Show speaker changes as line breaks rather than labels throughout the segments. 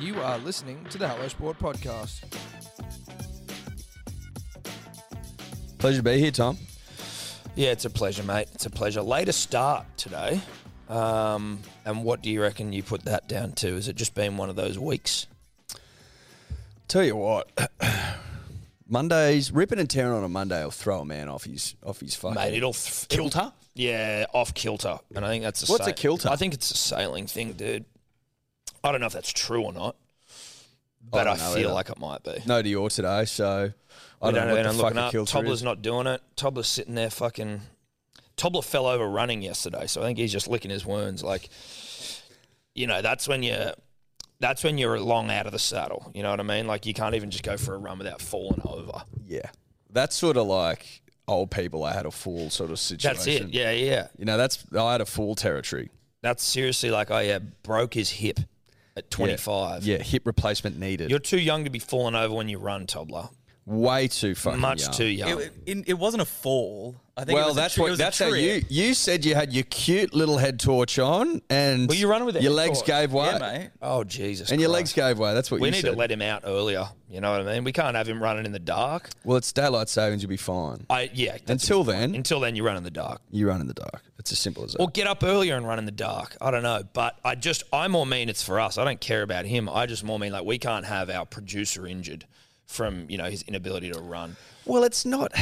You are listening to the Hello Sport podcast.
Pleasure to be here, Tom.
Yeah, it's a pleasure, mate. It's a pleasure. Later start today. Um, and what do you reckon you put that down to? Has it just been one of those weeks?
Tell you what, Mondays ripping and tearing on a Monday will throw a man off his off his fucking.
Mate, it'll th-
Kilter?
Yeah, off kilter. And I think that's a
What's a
sail-
kilter?
I think it's a sailing thing, dude. I don't know if that's true or not,
I
but I,
don't know
feel
either.
like it might be.
no Dior today, so I
We
don't know
and
what
I'm
the fuck
looking
a
up.
kilter
Tobler's
is.
not doing it. Tobler's sitting there fucking. Tobler fell over running yesterday, so I think he's just licking his wounds. Like, you know, that's when you, that's when you're long out of the saddle. You know what I mean? Like, you can't even just go for a run without falling over.
Yeah, that's sort of like old people. I had a fool sort of situation.
That's it. Yeah, yeah.
You know, that's I had a fool territory.
That's seriously like, oh yeah, broke his hip at 25.
Yeah, hip replacement needed.
You're too young to be falling over when you run, Tobler.
Way too fucking
Much
young.
too young.
It, it, it wasn't a fall. I think it
Well,
was a
that's
tri- it
what.
was a
That's how
trip.
you you said you had your cute little head torch on, and
Were you running with a
your
head
legs
torch?
gave way,
Yeah, mate.
oh Jesus!
and your
Christ.
legs gave way. That's what
We
you
need
said.
to let him out earlier. You know what I mean? We can't have him running in the dark.
well, it's daylight savings. You'll be fine.
I yeah. that's-
Until then,
until then, you run in the dark.
you run in the dark. It's as simple as that.
Or get up earlier and run in the dark. I don't know, but I just I more mean it's for us. I don't care about him. I just more mean like we can't have our producer injured from you know his inability to run.
Well, it's not.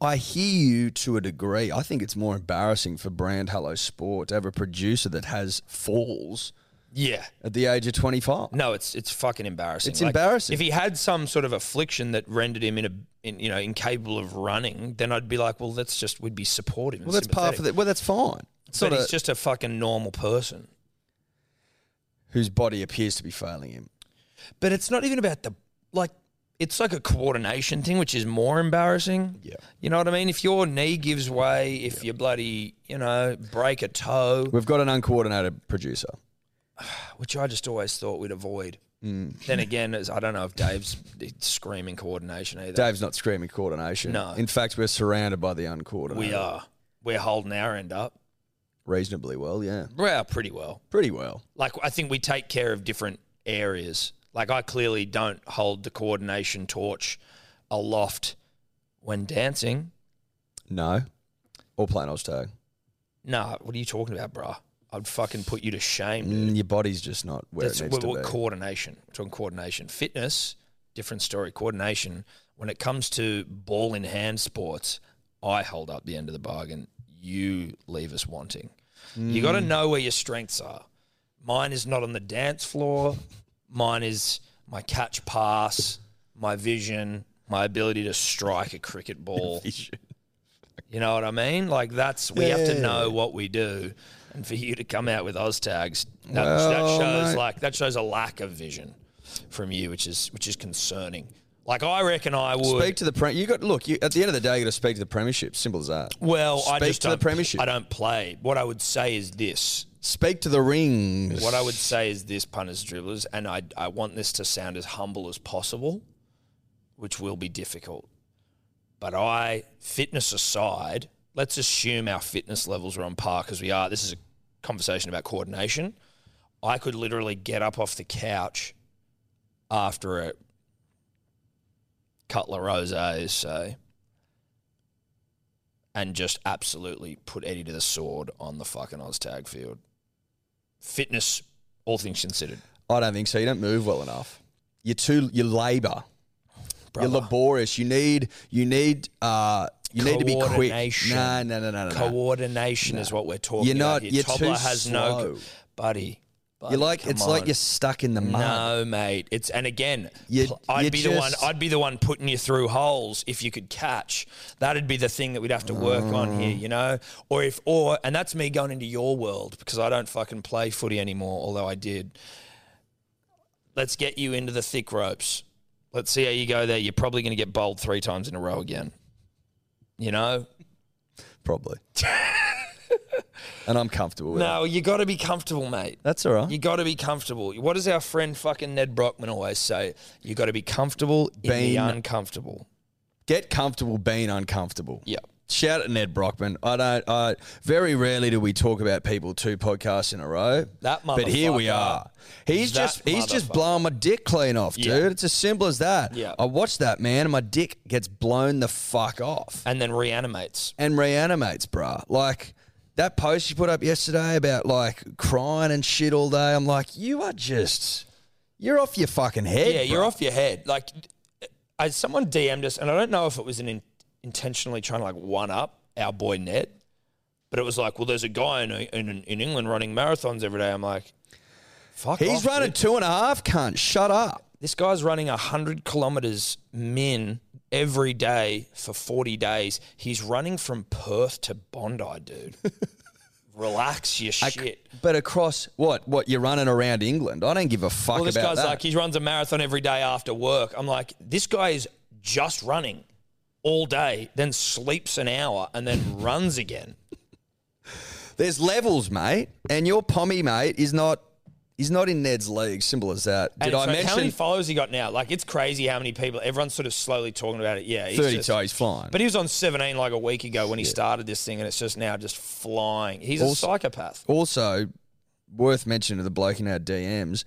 I hear you to a degree. I think it's more embarrassing for brand Hello Sport to have a producer that has falls
Yeah.
at the age of 25.
No, it's it's fucking embarrassing.
It's embarrassing.
If he had some sort of affliction that rendered him in a in, you know incapable of running, then I'd be like, well, that's just we'd be supportive.
well, that's part of
the.
it. Well, that's fine. It's
But
not
he's
a,
just a fucking normal person.
whose body appears to be failing him.
But it's not even about the like. It's like a coordination thing, which is more embarrassing.
Yeah.
You know what I mean? If your knee gives way, if you bloody, you know, break a toe,
We've got an uncoordinated producer.
which I just always thought we'd avoid. Then again, as I don't know if Dave's screaming coordination either.
Dave's not screaming coordination.
No.
In fact, we're surrounded by the uncoordinated.
we are. We're holding our end up.
Reasonably well, yeah.
Well, pretty well.
Pretty well.
Like I think we take care of different areas. Like I clearly don't hold the coordination torch aloft when dancing.
No. Or plain old tag.
Nah, what are you talking about, bruh? I'd fucking put you to shame. dude.
Mm, your body's just not where
That's
it needs
what,
to
what
be.
coordination. We're talking coordination. Fitness, different story. Coordination. When it comes to ball in hand sports, I hold up the end of the bargain. You leave us wanting. You got to know where your strengths are. Mine is not on the dance floor. Mine is my catch pass, my vision, my ability to strike a cricket ball. You know what I mean? Like that's we have to
Yeah.
know what we do, and for you to come out with Oz tags, that,
Well,
that shows
mate.
like that shows a lack of vision from you, which is which is concerning. Like I reckon I would.
Speak to the prem. You got look. You, at the end of the day, you got to speak to the premiership. Simple as that.
well, I
speak
just
to the
don't-
premiership.
I don't play. What I would say is this.
Speak to the rings.
What I would say is this, punters, dribblers, and I, I want this to sound as humble as possible, which will be difficult. But I, fitness aside, let's assume our fitness levels are on par because we are. This is a conversation about coordination. I could literally get up off the couch after a couple of rosés, say, and just absolutely put Eddie to the sword on the fucking Oztag field fitness, all things considered.
I don't think so. You don't move well enough. You're too. You labour. You're
Brother.
laborious. You need. You need. Uh, you need to be quick.
Coordination.
No, no, no, no, no, no.
Coordination is what we're talking
You're not-
about. here.
you're too
Toddler has no,
slow.
buddy. buddy,
You're like.
come
It's like
on.
you're stuck in the mud.
No, mate. It's and again,
Ah. You-
pl- I'd
you
be the one.
just-
I'd be the one putting you through holes if you could catch. That'd be the thing that we'd have to work
Ah.
on here, you know. Or if or and that's me going into your world because I don't fucking play footy anymore. Although I did. Let's get you into the thick ropes. Let's see how you go there. You're probably going to get bowled three times in a row again. You know,
Probably. and I'm comfortable with it.
no, you got to be comfortable, mate.
That's all right.
You got to be comfortable. What does our friend fucking Ned Brockman always say? You got to be comfortable in the
Been-
uncomfortable.
Get comfortable being uncomfortable.
Yeah.
Shout at Ned Brockman. I don't. I very rarely do we talk about people two podcasts in a row.
That
but here we
motherfucker.
are. He's
That
just he's just
motherfucker.
blowing my dick clean off, dude.
Yeah.
It's as simple as that.
Yeah.
I watch that man, and my dick gets blown the fuck off
and then reanimates.
and reanimates, bruh. Like that post you put up yesterday about like crying and shit all day. I'm like, you are just you're off your fucking head.
Yeah, you're
bruh.
off your head. Like, as someone DM'd us, and I don't know if it was an in, intentionally trying to like one up our boy Ned, but it was like, well, there's a guy in in, in England running marathons every day. I'm like, fuck.
He's
off,
running
dude.
two and a half, cunt. Shut up.
This guy's running hundred kilometers min every day for forty days. He's running from Perth to Bondi, dude. Relax your
Ac-
shit.
But across what? What you're running around England? I don't give a fuck
Well, this
about
guy's
that.
like, he runs a marathon every day after work. I'm like, this guy is just running all day, then sleeps an hour, and then runs again.
There's levels, mate, and your pommy mate is not is not in Ned's league. Simple as that. Did
And
I
so how
mention
many followers he got now? Like, it's crazy how many people. Everyone's sort of slowly talking about it. Yeah, he's
thirty?
just-
so he's flying.
But he was on 17 like a week ago when he started this thing, and it's just now just flying. He's a
Also-
psychopath.
also worth mentioning to the bloke in our DMs.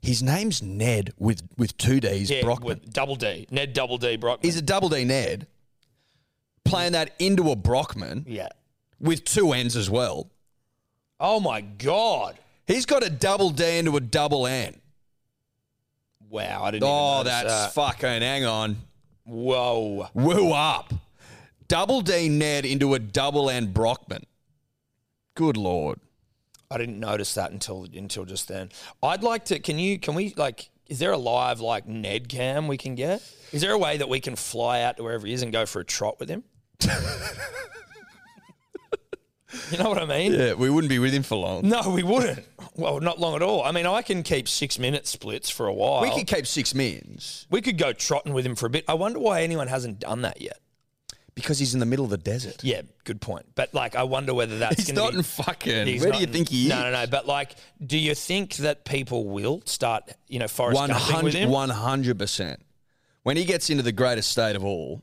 His name's Ned with with two D's.
Yeah,
Brockman.
with double D, Ned Double D Brockman.
he's a double D Ned. Playing that into a Brockman
yeah.
with two N's as well.
Oh my god!
He's got a double D into a double N.
Wow, I didn't.
Oh,
even notice
that's
that.
fucking. Hang on.
whoa.
Woo up. Double D Ned into a double N Brockman. Good lord.
I didn't notice that until until just then. I'd like to. Can you? Can we? Like, is there a live like Ned cam we can get? Is there a way that we can fly out to wherever he is and go for a trot with him? you know what I mean?
Yeah, we wouldn't be with him for long.
No, we wouldn't. Well, not long at all. I mean, I can keep six minute splits for a while.
We could keep six mins
we could go trotting with him for a bit. I wonder why anyone hasn't done that yet.
because he's in the middle of the desert.
Yeah, good point. But like, I wonder whether that's
He's
gonna
not
be-
in fucking.
He's
where
not
do you
in-
think he is?
No, no, no. But like, do you think that people will start, you know, forest gumping
100,
with him?
100%. When he gets into the greatest state of all,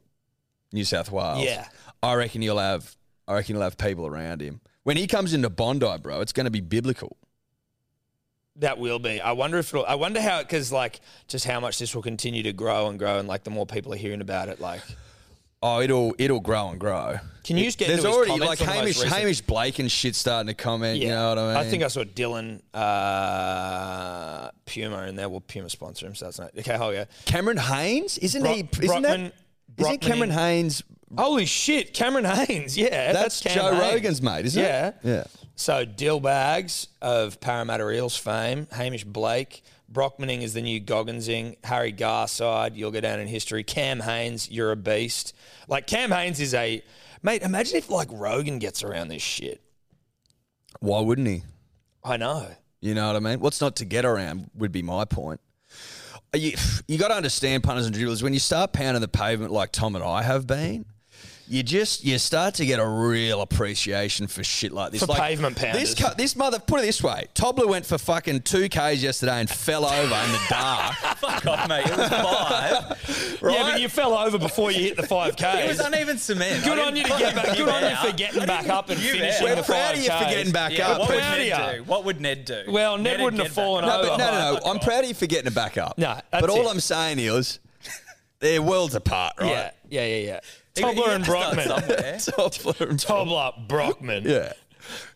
New South Wales,
Yeah.
I reckon he'll have I reckon he'll have people around him. When he comes into Bondi, bro, it's going to be biblical.
That will be. I wonder if it'll, I wonder how it because like just how much this will continue to grow and grow and like the more people are hearing about it, like
Oh, it'll it'll grow and grow.
can you just get
There's
into his
already like
comments on the most
Hamish
recent-
Hamish Blake and shit starting to comment. You know what I mean?
I think I saw Dylan uh, Puma in there. Well, Puma sponsor him, so that's not okay. Hold yeah.
Cameron Haynes isn't
Bro-
he? Isn't
Brockman-
that? Isn't
Brockman
Cameron
in-
Haynes?
Holy shit, Cameron Haynes. Yeah,
That's,
that's, Cam
Joe
Haynes.
Rogan's mate, isn't
yeah.
it? Yeah.
So Dill Bags of Parramatta Eels fame, Hamish Blake, Brockmaning is the new Gogginsing, Harry Garside, you'll go down in history. Cam Haynes, you're a beast. Like Cam Haynes is a mate. Imagine if like Rogan gets around this shit.
Why wouldn't he?
I know.
You know what I mean? What's not to get around would be my point. Are You, you got to understand, punters and dribblers, when you start pounding the pavement like Tom and I have been, you just you start to get a real appreciation for shit like this.
For
like,
pavement
This
pounders.
cu- this mother put it this way: Tobler went for fucking two k's yesterday and fell over in the dark.
Fuck off, mate. It was five.
Yeah, but you fell over before you hit the five k.
It was uneven cement.
Good
I
on you to
didn't
get back.
fucking
Good on you
give
for
out.
getting back up and
You
finishing
bet.
the
We're proud
five
of you for getting back
Yeah,
up.
what would
Proud of ya.
Ned do? What would Ned do?
Well, Ned
Ned'd
wouldn't
get
have
back
fallen
No,
up.
but
over.
no, no, no.
fuck
I'm
off.
proud of you for getting it back up.
No, that's
but all
it.
I'm saying is, they're worlds apart, right?
Yeah, yeah, yeah, yeah.
You- you
Tobler and
gotta start
Brockman.
somewhere.
Tobler and
Tobler, Brockman.
Yeah.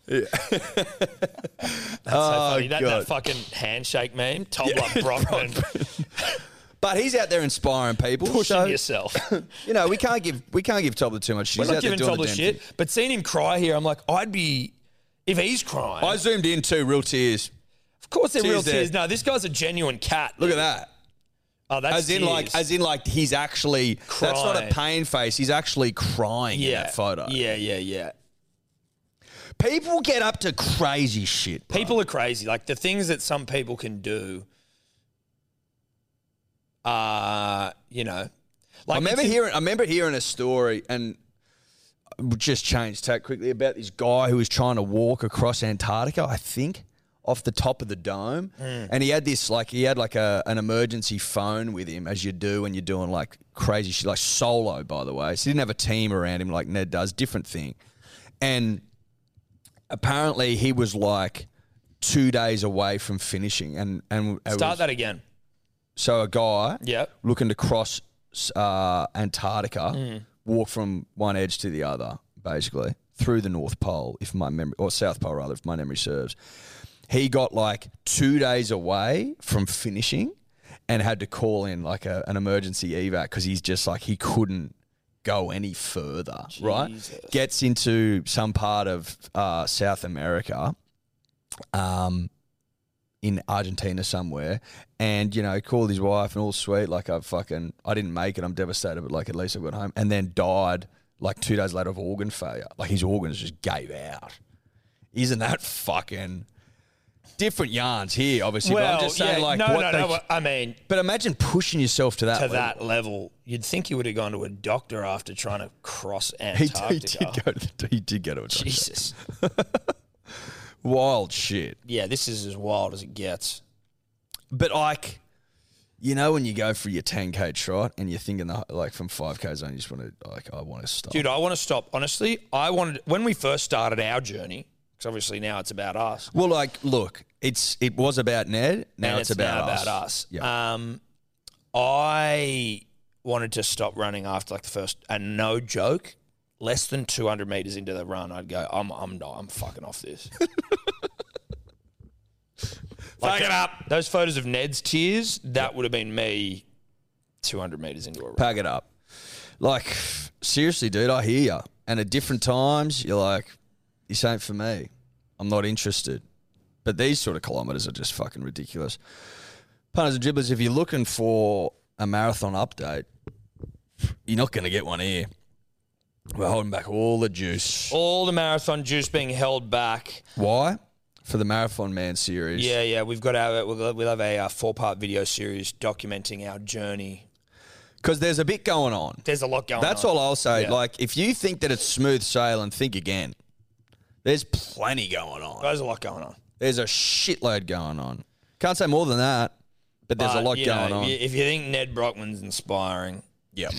So funny. That, that
Oh, God.
fucking handshake meme, Tobler Brockman,
But he's out there inspiring people.
pushing
so,
yourself.
You know, we can't give we can't give Tobler too much. shit.
We're
He's
not
out there
giving
doing the
Tobler
damn
shit,
thing.
but seeing him cry here, I'm like, I'd be, if he's crying,
I zoomed in too, real tears.
of course they're real
tears there.
tears. No, this guy's a genuine cat.
Look at that.
Oh, that's
As in, like,
tears.
as in, like, he's actually. That's not a
Crying.
pain face. He's actually crying in
yeah,
that photo.
Yeah, yeah, yeah.
People get up to crazy shit. bro.
People are crazy. Like the things that some people can do are, uh, you know, like
I remember
it's-
hearing. I remember hearing a story, and we'll just change tack quickly about this guy who was trying to walk across Antarctica. I think. off the top of the dome,
Hmm.
and he had this like he had like a an emergency phone with him, as you do when you're doing like crazy shit, like solo. By the way, so he didn't have a team around him like Ned does. Different thing, and apparently he was like two days away from finishing, and and it
Start
was-
that again.
so a guy
Yep.
looking to cross uh, Antarctica, walk from one edge to the other, basically through the North Pole, if my memory or South Pole rather, if my memory serves. He got like two days away from finishing, and had to call in like a, an emergency evac because he's just like he couldn't go any further. Right, gets into some part of uh, South America. Um, in Argentina somewhere, and you know, he called his wife and all sweet, like I fucking, I didn't make it, I'm devastated, but like at least I got home, and then died like two days later of organ failure, like his organs just gave out. Isn't that fucking different yarns here? Obviously, but I'm just saying,
yeah,
like,
no,
what
no,
they,
no, but I mean,
but imagine pushing yourself to that.
to
level.
that level, you'd think you would have gone to a doctor after trying to cross
he, d- he did
Antarctica.
go to the, he did go to a doctor.
Jesus.
Wild shit.
Yeah, this is as wild as it gets.
But like, you know, when you go for your 10k trot and you're thinking the, like from 5k zone, you just want to like, I want to stop.
Dude, I want to stop. Honestly, I wanted, when we first started our journey, because obviously now it's about us.
Well, like, look, it's it was about Ned. Now
and
it's, about,
now
us.
about us.
Yeah.
Um, I wanted to stop running after like the first, and no joke, less than 200 meters into the run, I'd go, I'm, I'm not, I'm fucking off this. Fuck it up. Those photos of Ned's tears, that would have been me 200 meters into a run.
Pack it up. Like, seriously, dude, I hear you. And at different times, you're like, this ain't for me. I'm not interested. But these sort of kilometers are just fucking ridiculous. Punters and dribblers, if you're looking for a marathon update, you're not going to get one here. We're holding back all the juice.
All the marathon juice being held back.
Why? For the Marathon Man series.
Yeah, yeah, we've got our we'll, we'll have a uh, four part video series documenting our journey.
Because there's a bit going on.
There's a lot going
That's
on.
all I'll say.
Yeah.
Like, if you think that it's smooth sailing, think again. There's plenty going on.
There's a lot going on.
There's a shitload going on. Can't say more than that, but there's a
But,
lot
you
going
know,
on.
If you, if you think Ned Brockman's inspiring,
yeah.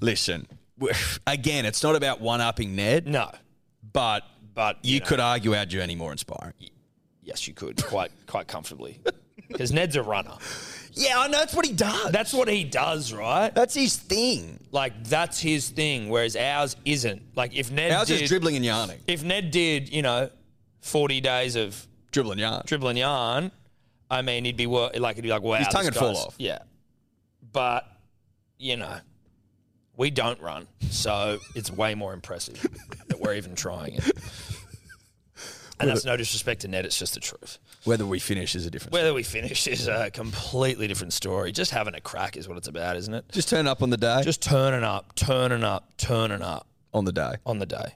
Listen, we're- again, it's not about one upping Ned,
no.
but
But
you,
you, know,
could argue our journey more inspiring.
yes, you could quite quite comfortably, because Ned's a runner.
Yeah, I know. That's what he does.
That's what he does, right?
that's his thing.
Like that's his thing. Whereas ours isn't. Like if Ned
Ours
did,
is dribbling and yarning.
if Ned did, you know, forty days of
Dribbling yarn.
dribbling yarn, I mean, he'd be wor- like, he'd be like, wow,
His tongue
this
would fall
guy's-
off.
Yeah, but you know, we don't run, so it's way more impressive that we're even trying it. And that's no disrespect to Ned; it's just the truth.
Whether we finish is a difference.
Whether we finish is a completely different story. Just having a crack is what it's about, isn't it?
Just turn up on the day. Just
Just turning up, turning up, turning up
on the day.
on the day,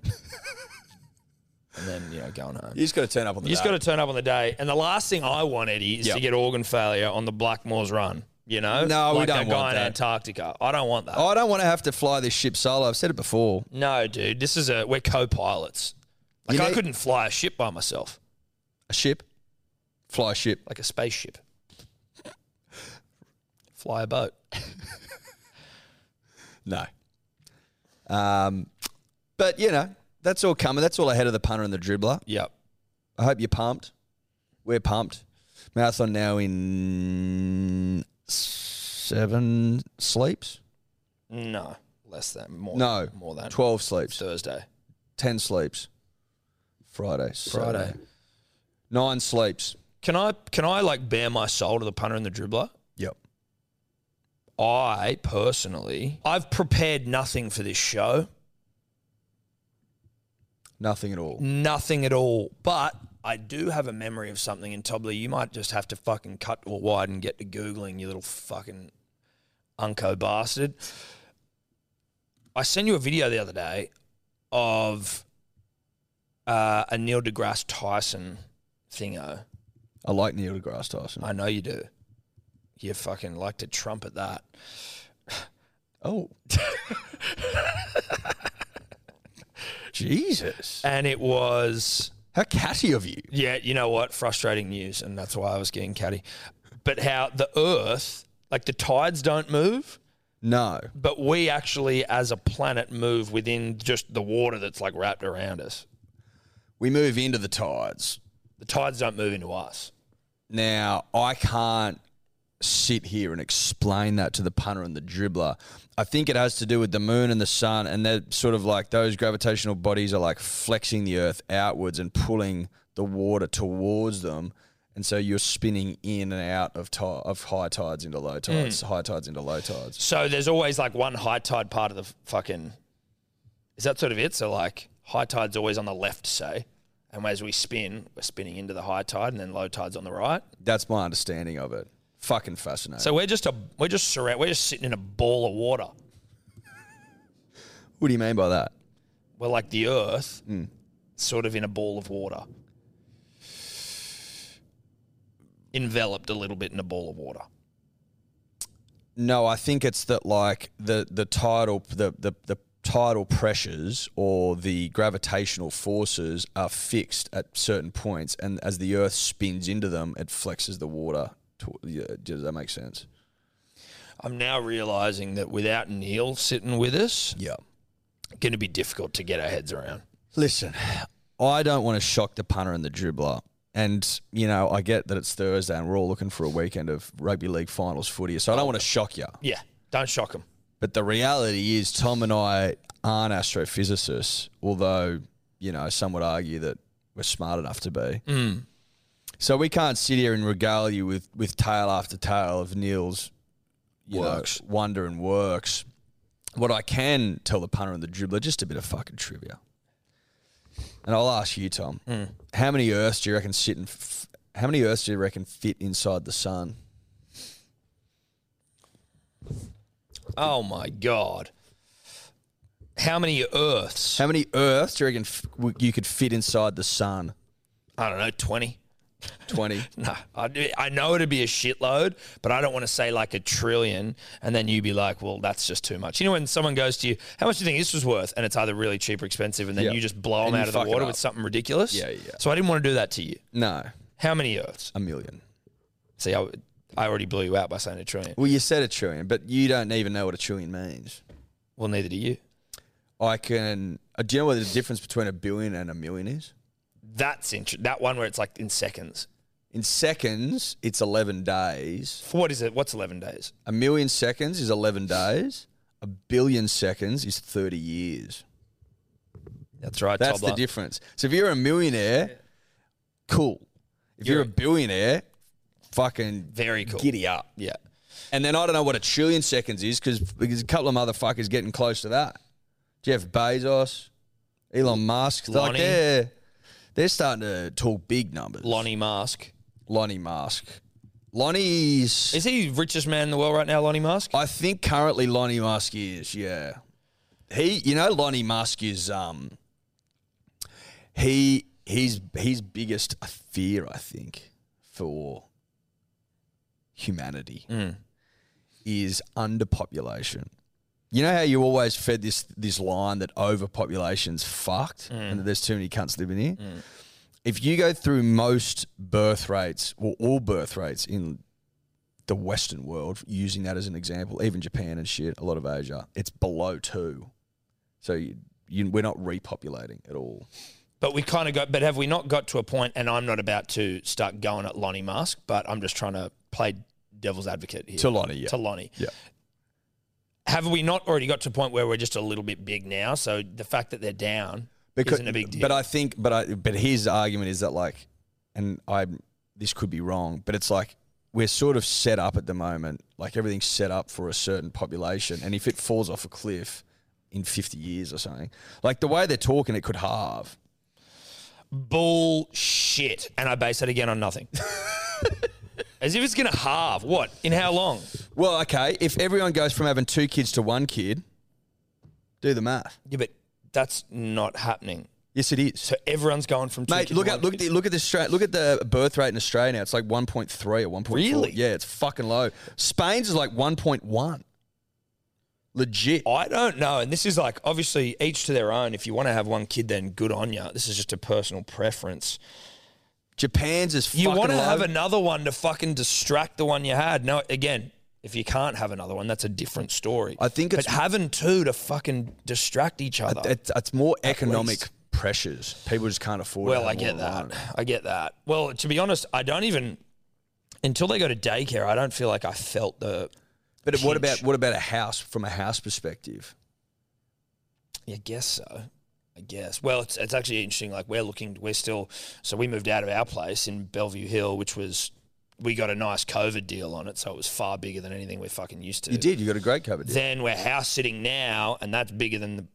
and then you know, going home.
You just got to turn up on the
You
day.
just got to turn up on the day. And the last thing I want, Eddie, is
Yep.
to get organ failure on the Blackmoors run. You know,
No, we
like
don't
that guy
want
in
that.
Antarctica. I don't want that.
Oh, I don't want to have to fly this ship solo. I've said it before.
No, dude, this is a we're co-pilots. Like
You
I
need-
couldn't fly a ship by myself,
A ship, fly a ship.
like a spaceship. fly a boat.
No. Um, but you know that's all coming. That's all ahead of the punter and the dribbler.
Yep.
I hope you're pumped. We're pumped. Marathon now in seven sleeps.
No, less than more.
No,
more than
twelve sleeps.
Thursday,
Ten sleeps. Friday.
Friday.
Saturday. Nine sleeps.
Can I can I like bare my soul to the punter and the dribbler?
Yep.
I personally, I've prepared nothing for this show.
Nothing at all.
Nothing at all. But I do have a memory of something, and Tobley, you might just have to fucking cut or wide and get to Googling, you little fucking unco bastard. I sent you a video the other day of uh, a Neil deGrasse Tyson thingo.
I like Neil deGrasse Tyson.
I know you do. You fucking like to trumpet that.
Oh. Jesus.
And it was.
How catty of you.
Yeah, you know what? Frustrating news, and that's why I was getting catty. But how the Earth, like the tides don't move,
No.
but we actually, as a planet, move within just the water that's like wrapped around us.
We move into the tides.
The tides don't move into us.
Now, I can't sit here and explain that to the punter and the dribbler. I think it has to do with the moon and the sun, and they're sort of like those gravitational bodies are like flexing the earth outwards and pulling the water towards them. And so you're spinning in and out of, ti of high tides into low tides, high tides into low tides.
So there's always like one high tide part of the f- fucking. Is that sort of it? So like high tide's always on the left, say, and as we spin, we're spinning into the high tide, and then low tide's on the right.
That's my understanding of it. Fucking fascinating.
So we're just a we're just surround we're just sitting in a ball of water.
what do you mean by that?
We're like the Earth, sort of in a ball of water, enveloped a little bit in a ball of water.
No, I think it's that like the the tidal the the, the tidal pressures or the gravitational forces are fixed at certain points, and as the Earth spins into them, it flexes the water. To, yeah, does that make sense?
I'm now realizing that without Neil sitting with us,
Yeah.
going to be difficult to get our heads around.
Listen, I don't want to shock the punter and the dribbler. And, you know, I get that it's Thursday and we're all looking for a weekend of rugby league finals footy, so I don't want to shock you.
Yeah, don't shock him.
But the reality is, Tom and I aren't astrophysicists, although, you know, some would argue that we're smart enough to be. So we can't sit here and regale you with, with tale after tale of Neil's you know,
Works.
wonder and works. What I can tell the punter and the dribbler, just a bit of fucking trivia. And I'll ask you, Tom, how many Earths do you reckon sit in? F- how many Earths do you reckon fit inside the sun?
Oh my god. How many Earths?
How many Earths do you reckon f- w- you could fit inside the sun?
I don't know, 20.
Twenty.
No, I, I know it'd be a shitload, but I don't want to say like a trillion, and then you be like, well, that's just too much. You know, when someone goes to you, how much do you think this was worth? And it's either really cheap or expensive, and then
Yeah.
you just blow
And
them
you
out of the
fuck it
water
up.
with something ridiculous.
Yeah, yeah, yeah.
So I didn't want to do that to you.
No,
How many Earths?
a million.
See, I, I already blew you out by saying a trillion.
Well, you said a trillion, but you don't even know what a trillion means.
Well, neither do you.
I can. Uh, do you know what the difference between a billion and a million is?
That's interesting. That one where it's like in seconds.
In seconds, it's 11 days.
What is it? What's 11 days?
A million seconds is 11 days. A billion seconds is 30 years.
That's right.
That's the
Tobler.
difference. So if you're a millionaire, cool. If you're,
You're-
a billionaire, fucking
Very cool.
giddy up.
Yeah.
And then I don't know what a trillion seconds is because there's a couple of motherfuckers getting close to that. Jeff Bezos, Elon Musk, they're like
Lonnie.
they're, they're starting to talk big numbers.
Lonnie Mask.
Lonnie Musk. Lonnie's.
Is he richest man in the world right now, Lonnie Mask?
I think currently Lonnie Musk is, yeah. He, you know, Lonnie Musk is, um, he, he's, his biggest fear, I think, for humanity is underpopulation. You know how you always fed this this line that overpopulation's fucked and that there's too many cunts living here. If you go through most birth rates, or all birth rates in the Western world, using that as an example, even Japan and shit, a lot of Asia, it's below two. So you, you, we're not repopulating at all.
But we kind of got, but have we not got to a point, and I'm not about to start going at Lonnie Musk, but I'm just trying to play devil's advocate here.
To Lonnie, yeah.
To Lonnie.
Yeah.
Have we not already got to a point where we're just a little bit big now? So the fact that they're down isn't a big deal.
But I think, but I, but his argument is that like, and I, this could be wrong, but it's like we're sort of set up at the moment, like everything's set up for a certain population, and if it falls off a cliff in fifty years or something, like the way they're talking, it could halve.
Bullshit. And I base that again on nothing. As if it's going to halve. What? In how long?
Well, okay, if everyone goes from having two kids to one kid, do the math.
Yeah, but that's not happening.
Yes, it is.
So everyone's going from two
Mate,
to
look
one
at look at
kid.
the, look at the stra- look at the birth rate in Australia now. It's like one point three or one point four.
Really?
Yeah, it's fucking low. Spain's is like one point one. Legit.
I don't know. And this is like obviously each to their own. If you want to have one kid, then good on you. This is just a personal preference.
Japan's is
You
fucking
want to
low.
have another one to fucking distract the one you had. No, again, if you can't have another one, that's a different story.
I think
but
it's-
having two to fucking distract each other.
It's, it's more economic
least.
pressures. People just can't afford. to
well,
have
I get
more than
that.
one.
I get that. Well, to be honest, I don't even until they go to daycare. I don't feel like I felt the.
But what
Huge.
about what about a house from a house perspective?
I guess so. I guess. Well, it's, it's actually interesting. Like we're looking, we're still. So we moved out of our place in Bellevue Hill, which was we got a nice COVID deal on it, so it was far bigger than anything we're fucking used to.
You did. You got a great cover. Did.
Then we're house sitting now, and that's bigger than the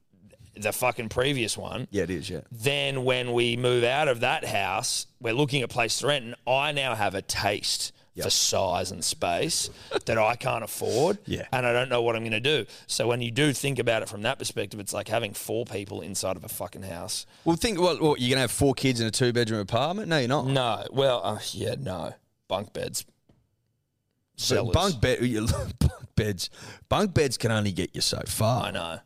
the fucking previous one.
Yeah, it is. Yeah.
Then when we move out of that house, we're looking at place to rent, and I now have a taste for size and space that I can't afford,
Yeah.
and I don't know what I'm going to do. So when you do think about it from that perspective, it's like having four people inside of a fucking house.
Well, think. Well, well you're gonna have four kids in a two bedroom apartment. No, you're not.
No, well, uh, yeah, no bunk beds.
So
Sellers.
bunk bed. you- Bunk beds. Bunk beds can only get you so far.
I know.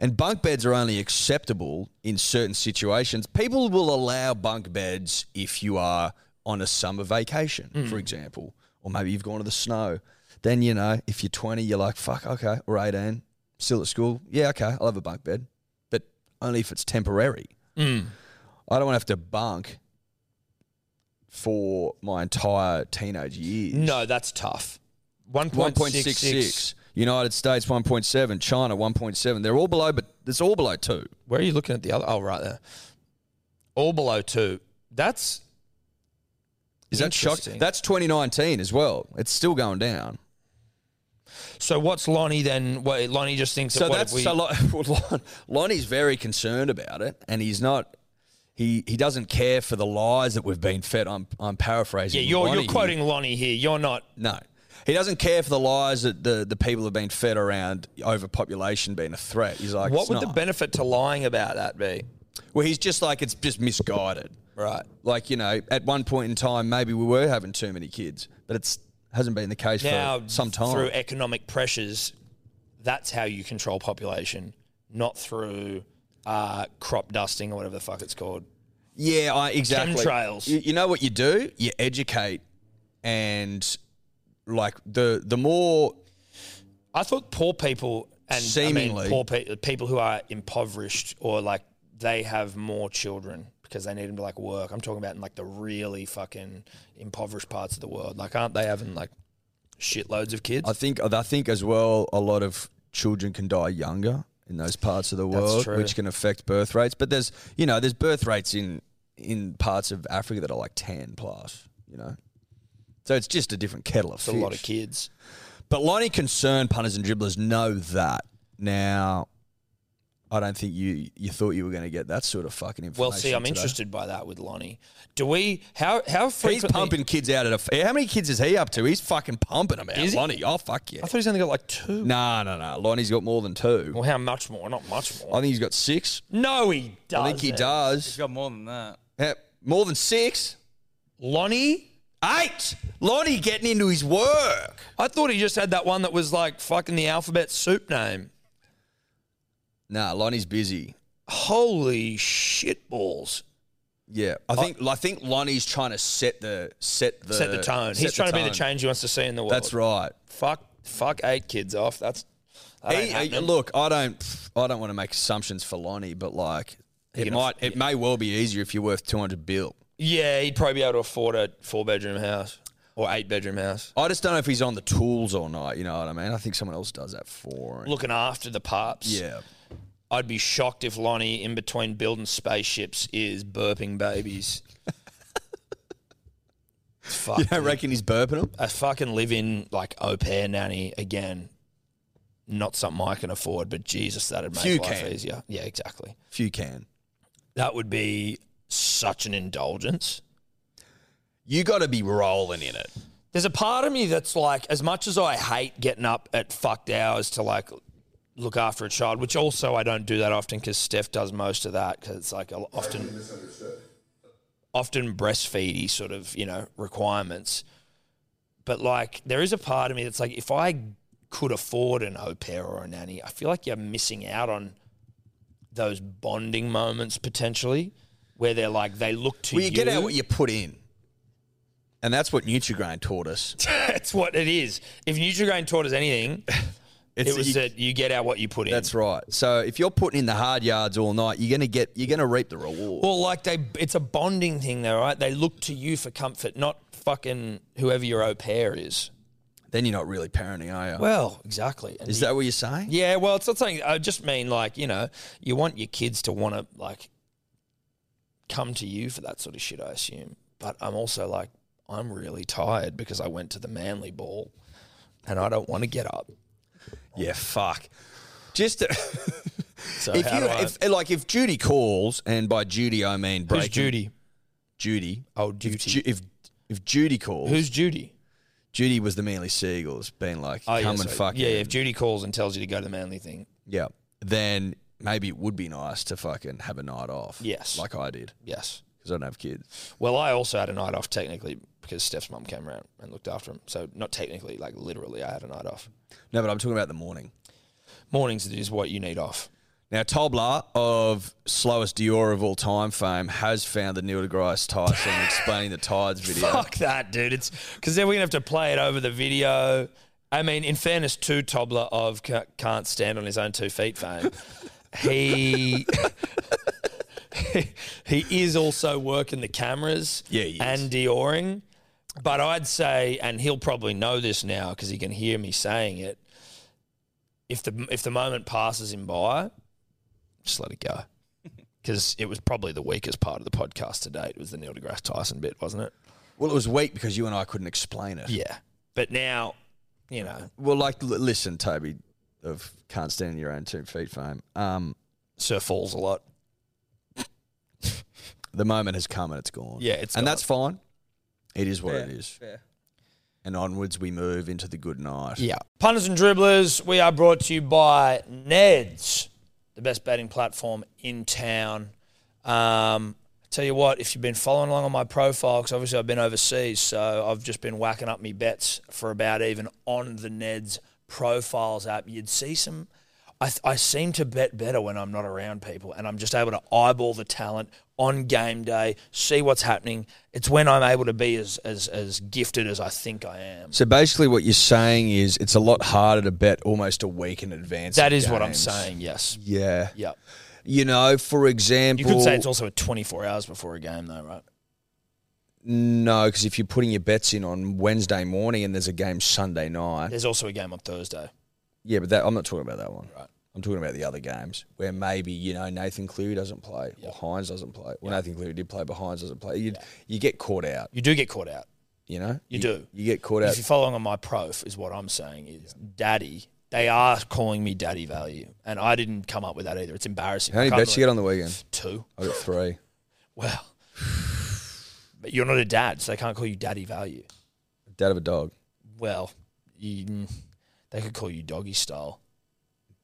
And bunk beds are only acceptable in certain situations. People will allow bunk beds if you are on a summer vacation, for example, or maybe you've gone to the snow. Then, you know, if you're 20, you're like, fuck, okay, or 18, still at school. Yeah, okay, I'll have a bunk bed, but only if it's temporary. I don't want to have to bunk for my entire teenage years.
No, that's tough. One point six
1.66.
six.
United States 1.7, China 1.7. They're all below, but it's all below two.
Where are you looking at the other? Oh, right there. All below two. That's
Is that shock?
Interesting.
That's 2019 as well. It's still going down.
so. What's Lonnie then? What, Lonnie just thinks.
So
that what
that's
if we,
so Lon, well, Lon, Lonnie's very concerned about it, and he's not. He he doesn't care for the lies that we've been fed. I'm I'm paraphrasing.
yeah, you're
Lonnie
you're
here.
quoting Lonnie here. You're not.
No. He doesn't care for the lies that the, the people have been fed around overpopulation being a threat. He's like,
what
it's
would the
not.
benefit to lying about that be?
well, he's just like, it's just misguided.
Right.
Like, you know, at one point in time, maybe we were having too many kids, but it's hasn't been the case
Now,
for some time.
through economic pressures, that's how you control population, not through uh, crop dusting or whatever the fuck it's called.
Yeah, I, exactly.
Chemtrails.
You, you know what you do? You educate, and like the the more
I thought poor people and I
Seemingly.
mean, poor pe- people who are impoverished or like they have more children because they need them to like work. I'm talking about in like the really fucking impoverished parts of the world. Like, aren't they having like shitloads of kids?
I think I think as well, a lot of children can die younger in those parts of the
That's
world,
true.
which can affect birth rates. But there's you know there's birth rates in in parts of Africa that are like ten plus. You know. So it's just a different kettle of
It's a
fish.
lot of kids.
But Lonnie concerned punters and dribblers know that. Now, I don't think you you thought you were going to get that sort of fucking information.
Well, see, I'm
today.
interested by that with Lonnie. Do we? How how
He's
frequently?
pumping kids out at a. F- How many kids is he up to? He's fucking pumping them out.
Is he?
Lonnie, oh fuck yeah.
I thought he's only got like two.
No, no, no. Lonnie's got more than two.
Well, how much more? Not much
I
more.
think he's got six.
No, he does.
I think he
He's
does.
got more than that.
Yeah, More than six.
Lonnie.
Eight. Lonnie getting into his work.
I thought he just had that one that was like fucking the alphabet soup name.
Nah, Lonnie's busy.
Holy shit balls.
Yeah, I think I, think Lonnie's trying to set the set the
set the tone.
Uh, set
He's trying to be the
tone.
change he wants to see in the world.
That's right.
Fuck, fuck eight kids off. That's that ain't
He-
happening.
look, I don't, I don't want to make assumptions for Lonnie, but like it
gonna-
might, it may well be easier if you're worth two hundred bill.
yeah, he'd probably be able to afford a four bedroom house or eight bedroom house.
I just don't know if he's on the tools or not. You know what I mean? I think someone else does that for him.
Looking after the pups.
yeah,
I'd be shocked if Lonnie, in between building spaceships, is burping babies. fuck.
I reckon he's burping him.
a fucking live in like au pair nanny again. Not something I can afford, but Jesus, that'd make
Few
life
can.
easier. Yeah, exactly.
Few can.
That would be such an indulgence.
You got to be rolling in it.
There's a part of me that's like, as much as I hate getting up at fucked hours to like look after a child, which also I don't do that often because Steph does most of that because it's like I'll often, often breastfeedy sort of you know requirements. But like, there is a part of me that's like, if I could afford an au pair or a nanny, I feel like you're missing out on those bonding moments potentially where they're like they look to
Well, you,
you.
get out what you put in, and that's what Nutrigrain taught us.
That's what it is. If Nutrigrain taught us anything,
It's
it was
you-
that you get out what you put in.
That's right. So if you're putting in the hard yards all night, you're gonna get you're gonna reap the reward.
Well, like they, it's a bonding thing, though, right? They look to you for comfort, not fucking whoever your au pair is.
then you're not really parenting, are you?
Well, exactly. And
Is
you-
that what you're saying?
Yeah, well, it's not saying. I just mean like you know, you want your kids to want to like come to you for that sort of shit. I assume, but I'm also like, I'm really tired because I went to the manly ball, and I don't want to get up.
Yeah, fuck. Just to-
So
if
how
you
do I-
if like if Judy calls, and by Judy I mean
who's
breaking
Judy?
Judy.
Oh,
If,
duty.
Ju- if if Judy calls,
who's Judy?
Judy was the Manly Seagulls, being like,
Oh,
come
yeah,
and
so-
fuck
Yeah,
it.
yeah, if Judy calls and tells you to go to the manly thing,
yeah. Then maybe it would be nice to fucking have a night off.
Yes.
like I did
yes.
because I don't have kids.
Well, I also had a night off technically because Steph's mum came around and looked after him. So not technically, like literally, I had a night off.
No, but I'm talking about the morning.
Mornings is what you need off.
Now, Tobler of slowest Dior of all time fame has found the Neil deGrasse Tyson explaining the tides video.
Fuck that, dude. It's because then we're gonna have to play it over the video. I mean, in fairness to Tobler of ca- can't stand on his own two feet fame, he. he is also working the cameras
Yeah, he is.
and Dioring. But I'd say, and he'll probably know this now because he can hear me saying it. If the if the moment passes him by, just let it go, because it was probably the weakest part of the podcast to date. Was the Neil deGrasse Tyson bit, wasn't it?
Well, it was weak because you and I couldn't explain it.
Yeah. But now, you know,
Well, like, l- listen, Toby, of can't stand on your own two feet fame. Um,
Sir falls a lot.
the moment has come and it's gone.
Yeah, it's
and
gone.
that's fine. It is what
Fair,
it is.
fair.
And onwards we move into the good night.
Yeah. Punters and dribblers, we are brought to you by Neds, the best betting platform in town. Um, tell you what, if you've been following along on my profile, because obviously I've been overseas, so I've just been whacking up me bets for about even on the Neds profiles app. You'd see some. I, I seem to bet better when I'm not around people and I'm just able to eyeball the talent on game day, see what's happening. It's when I'm able to be as, as, as gifted as I think I am.
So basically, what you're saying is it's a lot harder to bet almost a week in advance.
That
of
is what I'm
games.
saying, yes.
Yeah.
Yeah.
You know, for
You
example,
could say it's also at 24 hours before a game, though, right?
No, because if you're putting your bets in on Wednesday morning and there's a game Sunday night,
There's also a game on Thursday.
yeah, but that I'm not talking about that one.
Right.
I'm talking about the other games where maybe you know Nathan Cleary doesn't play or Hines doesn't play. Well, Nathan Cleary did play, but Hines doesn't play. You you get caught out.
You do get caught out.
You know,
You do.
You get caught out.
If you're following on my prof, is what I'm saying is daddy. They are calling me daddy value, and I didn't come up with that either. It's embarrassing.
How many
I can't
bets you get on the weekend?
believe- Two.
I got three.
Well, but you're not a dad, so they can't call you daddy value.
Dad of a dog.
Well, you, mm, they could call you doggy style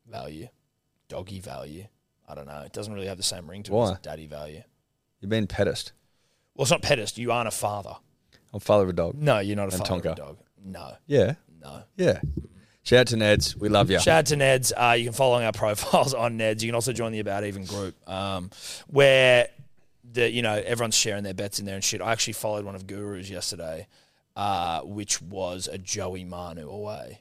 value, doggy value. I don't know. It doesn't really have the same ring to it
Why?
as daddy value.
You've been pedest.
Well, it's not pedest. You aren't a father.
I'm father of a dog.
No, you're not a
And
father of a
Tonka.
dog. No,
Yeah,
no.
yeah. Shout out to Neds. We love you.
Shout out to Neds. Uh, you can follow our profiles on Neds. You can also join the About Even group, um, where the you know everyone's sharing their bets in there and shit. I actually followed one of Guru's yesterday, uh, which was a Joey Manu away.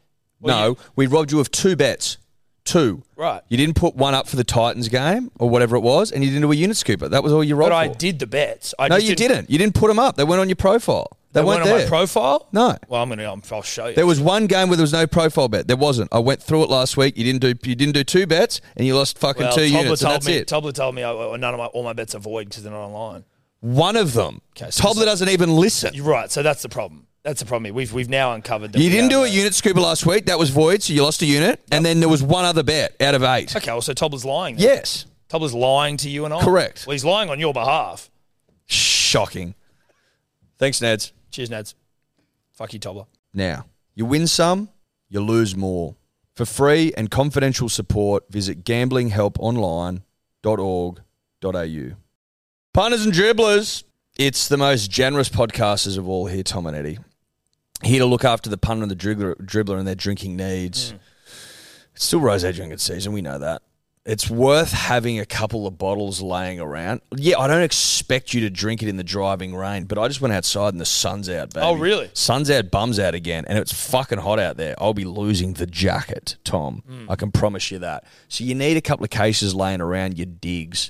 no, we robbed you of two bets. Two.
Right.
You didn't put one up for the Titans game or whatever it was, and you didn't do a unit scooper. That was all you robbed.
But I
for.
did the bets. I
No,
just
you didn't. You didn't put them up. They weren't on your profile. They,
They
weren't
weren't
there.
on my profile.
No.
Well, I'm gonna. I'm, I'll show you.
There was one game where there was no profile bet. There wasn't. I went through it last week. You didn't do. You didn't do two bets, and you lost fucking
well,
two
Tobler
units. And
told
that's
me.
it.
Tobler told me I, I- none of my all my bets are void because they're not online.
one of them.
Okay, so
Tobler doesn't even listen.
You're right. So that's the problem. That's the problem. here. We've we've now uncovered. That
You
we
didn't
have
do a unit scooper last week. That was void, so you lost a unit. And then there was one other bet out of eight.
Okay, well, so Tobler's lying. then.
Yes.
Tobler's lying to you and I.
Correct.
Well, he's lying on your behalf.
Shocking. Thanks, Neds.
Cheers, Nads. Fuck you, Tobler.
Now, you win some, you lose more. For free and confidential support, visit gamblinghelponline.org.au. Punters and dribblers, it's the most generous podcasters of all here, Tom and Eddie. Here to look after the punter and the dribbler, dribbler and their drinking
Mm.
needs. It's still rosé drinking season, we know that. It's worth having a couple of bottles laying around. Yeah, I don't expect you to drink it in the driving rain, but I just went outside and the sun's out, baby.
Oh, really?
Sun's out, bums out again, and it's fucking hot out there. I'll be losing the jacket, Tom.
Mm.
I can promise you that. So you need a couple of cases laying around your digs.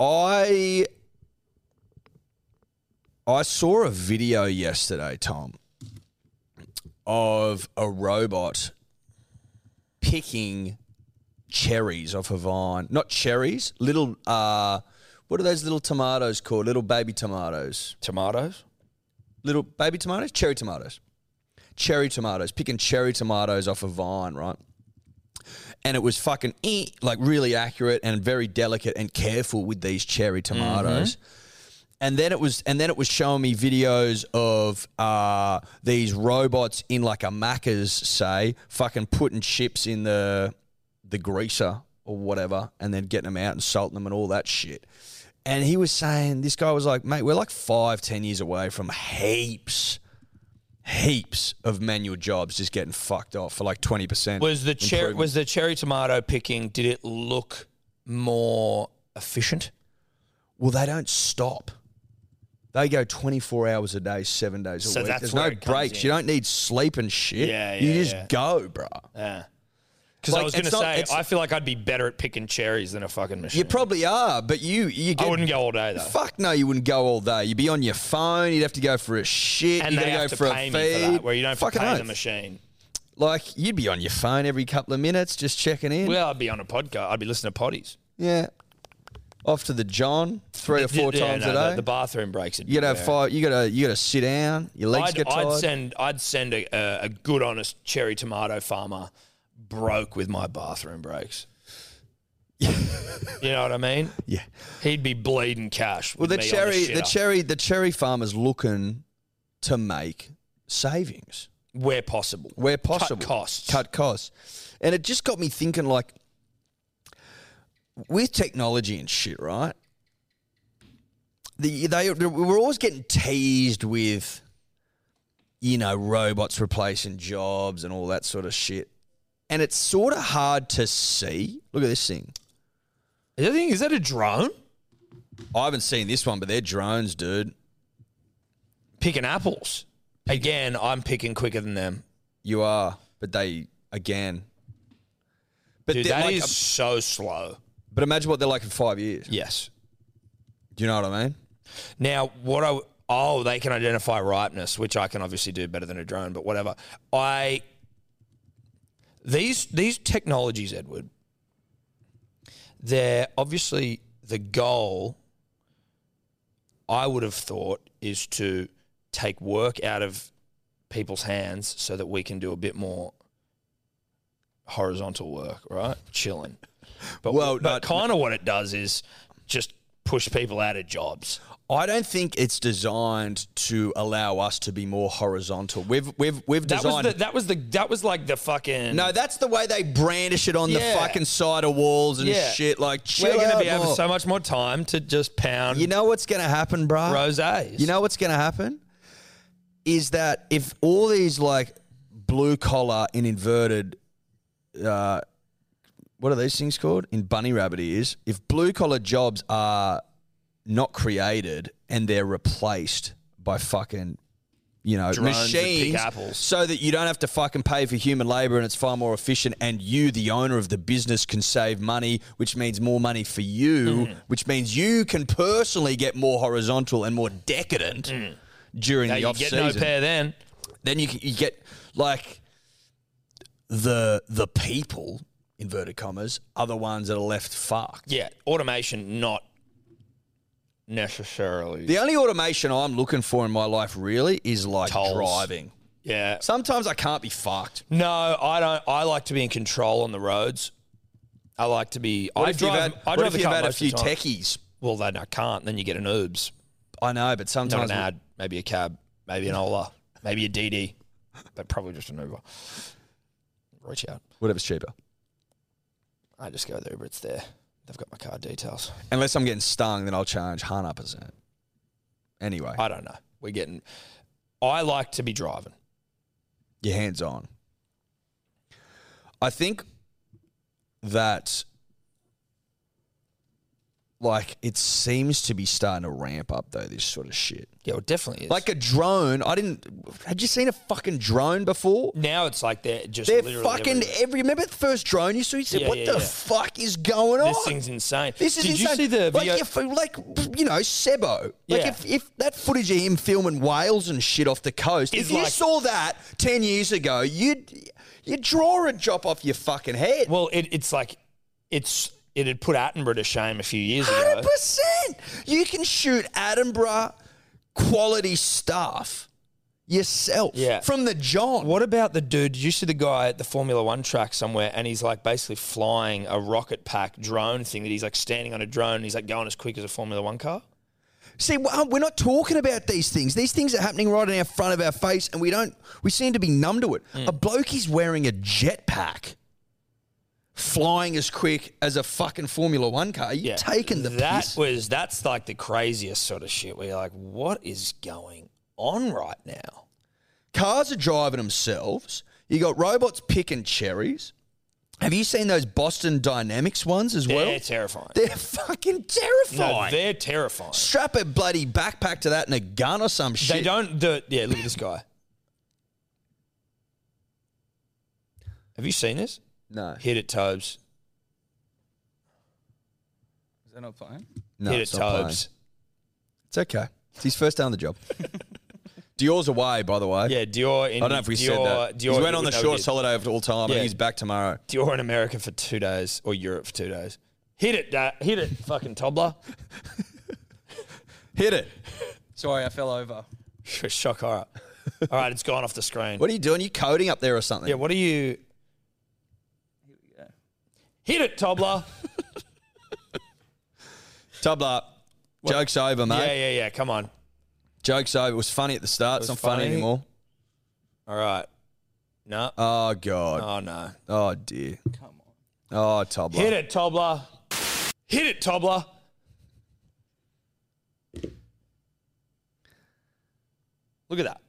I I saw a video yesterday, Tom, of a robot picking cherries off a vine. Not cherries, little uh what are those little tomatoes called? Little baby tomatoes.
Tomatoes.
Little baby tomatoes? Cherry tomatoes. Cherry tomatoes, picking cherry tomatoes off a vine, right? and it was fucking eh, like really accurate and very delicate and careful with these cherry tomatoes. And then it was, and then it was showing me videos of uh, these robots in like a Macca's, say, fucking putting chips in the the greaser or whatever, and then getting them out and salting them and all that shit. And he was saying, this guy was like, mate, we're like five, ten years away from heaps, heaps of manual jobs just getting fucked off for like twenty percent.
Was the cherry was the cherry tomato picking? Did it look more efficient?
Well, they don't stop. They go 24 hours a day, seven days a
So
week.
that's
There's
where
no
it comes
breaks.
in.
You don't need sleep and shit.
Yeah,
You
yeah,
just
yeah.
go, bruh.
Yeah. Because
Like,
I was going to
it's not-
say,
it's-
I feel like I'd be better at picking cherries than a fucking machine.
You probably are, but you you get.
I wouldn't go all day though.
Fuck no, you wouldn't go all day. You'd be on your phone. You'd have to go for a shit.
And
you
they
gotta
have
go
to
for a
pay me for
feed.
that, where you don't have to
Fucking
pay
oath.
the machine.
Like you'd be on your phone every couple of minutes, just checking in.
Well, I'd be on a podcast. I'd be listening to potties.
yeah. Off to the John three or four
Yeah,
times
no,
a
the-
day.
The, bathroom breaks. would
you
be
gotta have
there.
five. You gotta you gotta sit down. Your legs
I'd,
get tired.
I'd send I'd send a, a, a good honest cherry tomato farmer broke with my bathroom breaks. you know what I mean?
yeah.
He'd be bleeding cash.
Well,
with
the
me on
cherry, the
shitter.
cherry, the cherry farmers looking to make savings
where possible,
where possible,
costs.
cut costs, and it just got me thinking. Like with technology and shit, right? The, they we're always getting teased with, you know, robots replacing jobs and all that sort of shit, and it's sort of hard to see. Look at this thing.
Is that, is that a drone?
I haven't seen this one, but they're drones, dude.
Picking apples. Again, I'm picking quicker than them.
You are, but they again. But
Dude,
they're
that
like-
is so slow.
but imagine what they're like in five years.
Yes.
Do you know what I mean?
Now, what I oh, they can identify ripeness, which I can obviously do better than a drone, but whatever. I these these technologies, Edward, they're obviously the goal. I would have thought is to take work out of people's hands so that we can do a bit more horizontal work, right? Chilling. But,
Well,
well, but
no-
kind of what it does is just push people out of jobs.
I don't think it's designed to allow us to be more horizontal. We've we've we've
That was
designed.
the that was the that was like the fucking
no, that's the way they brandish it on
Yeah.
the fucking side of walls and
Yeah.
shit. Like, chill
We're gonna
out
be having
more.
so much more time to just pound
You know what's gonna happen, bro?
rosés.
You know what's going to happen is that if all these like blue collar and inverted, uh, what are these things called in bunny rabbit ears? If blue collar jobs are not created and they're replaced by fucking you know,
Drones that pick
machines
apples.
so that you don't have to fucking pay for human labor and it's far more efficient and you the owner of the business can save money which means more money for you
Mm.
which means you can personally get more horizontal and more decadent during
Mm. Now
the
you
off
get
season
no pair then.
then you, can- you get like the the people inverted commas are the ones that are left fucked
Yeah, automation not necessarily.
the only automation i'm looking for in my life really is like
Tolls.
driving
yeah.
sometimes i can't be fucked
No, I don't. I like to be in control on the roads. I like to be.
What
I
if you've
drive.
had-
I
what
drive
if
the
you've
car
had a
most of
few
the time.
techies
Well, then I can't. Then you get an Ubs,
I know, but sometimes
not an
we-
ad, maybe a cab, maybe an Ola, maybe a DD, but probably just an Uber. Reach out.
whatever's cheaper.
I just go with the Uber. It's there. They've got my card details.
Unless I'm getting stung, then I'll charge hundred percent. Anyway,
I don't know. We're getting. I like to be driving.
your hands on. I think that like it seems to be starting to ramp up though this sort of shit.
Yeah, it definitely is.
Like a drone, I didn't. Had you seen a fucking drone before?
now, it's like they're just
They're
literally
fucking
everywhere.
every. Remember the first drone you saw? You said,
Yeah,
"What
yeah,
the
yeah.
fuck is going on?"
This thing's insane.
This is
Did
insane.
you see the
like,
video?
if, like you know Sebo? Like
Yeah.
if, if that footage of him filming whales and shit off the coast,
Is
if you
like-
saw that ten years ago, you'd you draw a drop off your fucking head.
Well, it, it's like it's it had put Attenborough to shame a few years ago.
Hundred percent. You can shoot Attenborough quality stuff yourself.
Yeah.
From the John.
What about the dude? Did you see the guy at the Formula One track somewhere, and he's like basically flying a rocket pack drone thing that he's like standing on a drone. And he's like going as quick as a Formula One car.
See, w- um, we're not talking about these things. These things are happening right in our front of our face, and we don't. We seem to be numb to it.
Mm.
A bloke is wearing a jetpack, flying as quick as a fucking Formula One car. Are you taking the
that
piss?
was that's like the craziest sort of shit. Where you're like, what is going on right now?
Cars are driving themselves. You got robots picking cherries. Have you seen those Boston Dynamics ones as well?
they're terrifying.
They're fucking
no,
terrifying.
they're terrifying.
Strap a bloody backpack to that and a gun or some shit.
They don't. The, yeah, look at this guy. Have you seen this?
No,
Hit it, Tobes.
Is that not playing?
no,
Hit it,
it's not playing.
Tobes.
It's okay. It's his first day on the job. Dior's away, by the way.
Yeah, Dior. In,
I don't know if we
Dior,
said that.
Dior,
he went on the shortest
short
holiday of all time,
Yeah.
and he's back tomorrow.
Dior in America for two days or Europe for two days. Hit it, da- hit it, fucking toddler.
Hit it.
Sorry, I fell over.
Sh- Shock horror. All right, it's gone off the screen.
What are you doing? You coding up there or something?
yeah, what are you? Hit it, toddler.
Tubla. Joke's over, mate.
yeah, yeah, yeah. Come on.
Joke's over. It was funny at the start. It's
It
not
was
funny
funny.
anymore.
All right. No.
Oh god.
oh no.
Oh dear. Come on. Oh Tubla.
Hit it, toddler. Hit it, toddler. Look at that.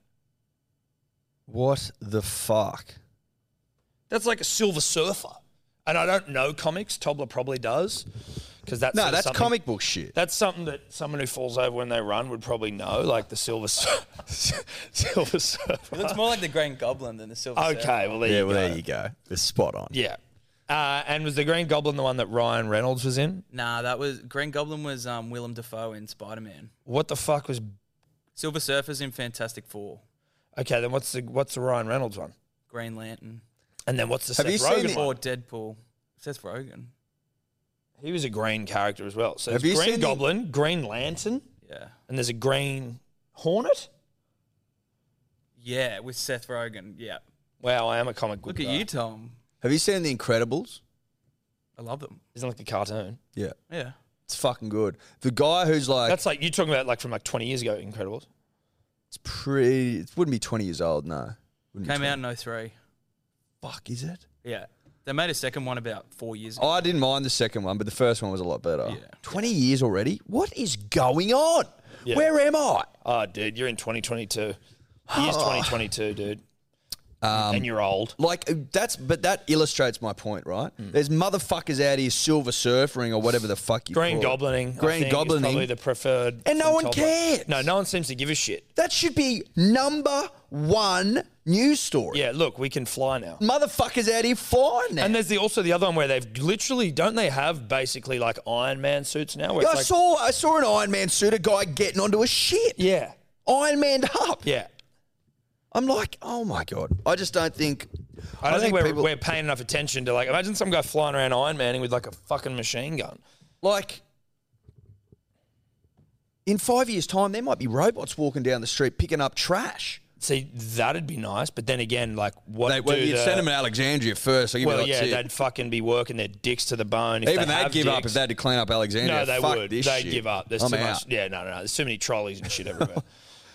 What the fuck?
That's like a Silver Surfer. And I don't know comics. Tobler probably does. Because that's
No,
sort of
that's
something-
comic book shit.
That's something that someone who falls over when they run would probably know, like the Silver Sur- Silver
It
Surfer.
looks more like the Green Goblin than the Silver Surfer.
Okay, well there
yeah,
you
well
go.
there you go. It's spot on.
Yeah. Uh, and was the Green Goblin the one that Ryan Reynolds was in?
Nah, that was Green Goblin was um, Willem Dafoe in Spider Man.
What the fuck was?
Silver Surfer's in Fantastic Four.
Okay, then what's the what's the Ryan Reynolds one?
Green Lantern
And then what's the
Have you
Seth
seen
Rogen
the-
one?
or Deadpool. Seth Rogen.
He was a green character as well. So there's
Have you
Green
seen the-
Goblin, Green Lantern,
Yeah,
and there's a Green Hornet.
yeah, with Seth Rogen. Yeah.
Wow, I am a comic book.
Look at
guy.
you, Tom.
Have you seen The Incredibles?
I love them.
Isn't it like a cartoon.
Yeah.
Yeah.
It's fucking good. The guy who's like
That's like you talking about like from like 20 years ago. Incredibles.
it's pretty it wouldn't be twenty years old, no. Wouldn't be
Came
20.
out in 03.
fuck is it?
Yeah. They made a second one about four years ago.
Oh, I didn't mind the second one, but the first one was a lot better.
Yeah.
20 years already? What is going on? Where am I?
Ah, Oh, dude, you're in 2022. He is 2022, dude.
Um,
and you're old.
Like uh, that's, but that illustrates my point, right? There's motherfuckers out here silver surfering or whatever the fuck you
Green
call it.
goblining.
Green
I think, is
goblining.
probably the preferred.
And no
from
one
Tobler.
cares.
No, no one seems to give a shit.
That should be number one news story.
Yeah, look, we can fly now.
Motherfuckers out here flying now.
And there's the, also the other one where they've literally don't they have basically like Iron Man suits now? Where
Yeah, I
it's
saw
like,
I saw an Iron Man suit, a guy getting onto a ship.
yeah,
Iron Man'd up.
yeah.
I'm like, oh my god. I just don't think
I don't think, we're,
people
we're paying enough attention to like imagine some guy flying around Iron Manning with like a fucking machine gun.
like in five years' time there might be robots walking down the street picking up trash.
See, that'd be nice, but then again, like what
They, well,
do
you'd
the-
send them to Alexandria first. I give
well,
you
yeah,
that tip.
they'd fucking be working their dicks to the bone. If
Even
they
they'd
have
give up
dicks.
if they had to clean up Alexandria.
No, they
Fuck
would.
This
They'd
shit.
give up. There's
I'm
too
out.
much. Yeah, no, no, no. There's too many trolleys and shit everywhere.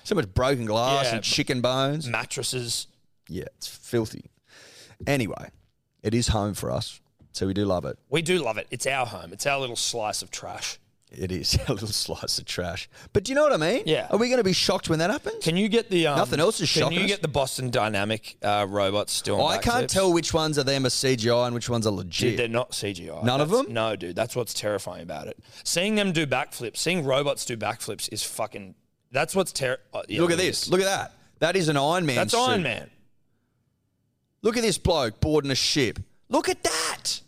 So much broken glass
Yeah,
and
but-
chicken bones.
Mattresses.
Yeah, it's filthy. Anyway, it is home for us, so we do love it.
We do love it. It's our home. It's our little slice of trash.
It is a little slice of trash. But do you know what I mean?
Yeah.
Are we going to be shocked when that happens?
Can you get the um,
Nothing else is
Can
shocking
you
us.
get the Boston Dynamic uh, robots still? on
Oh, I
back
can't
flips?
tell which ones are them are CGI and which ones are
Dude,
legit.
they're not CGI.
None of
That's-
them?
No, dude. That's what's terrifying about it. Seeing them do backflips, seeing robots do backflips is fucking. That's what's uh, terrifying.
Look at this. Look at that. That is an Iron Man.
That's
suit.
Iron Man.
Look at this bloke boarding a ship. Look at that.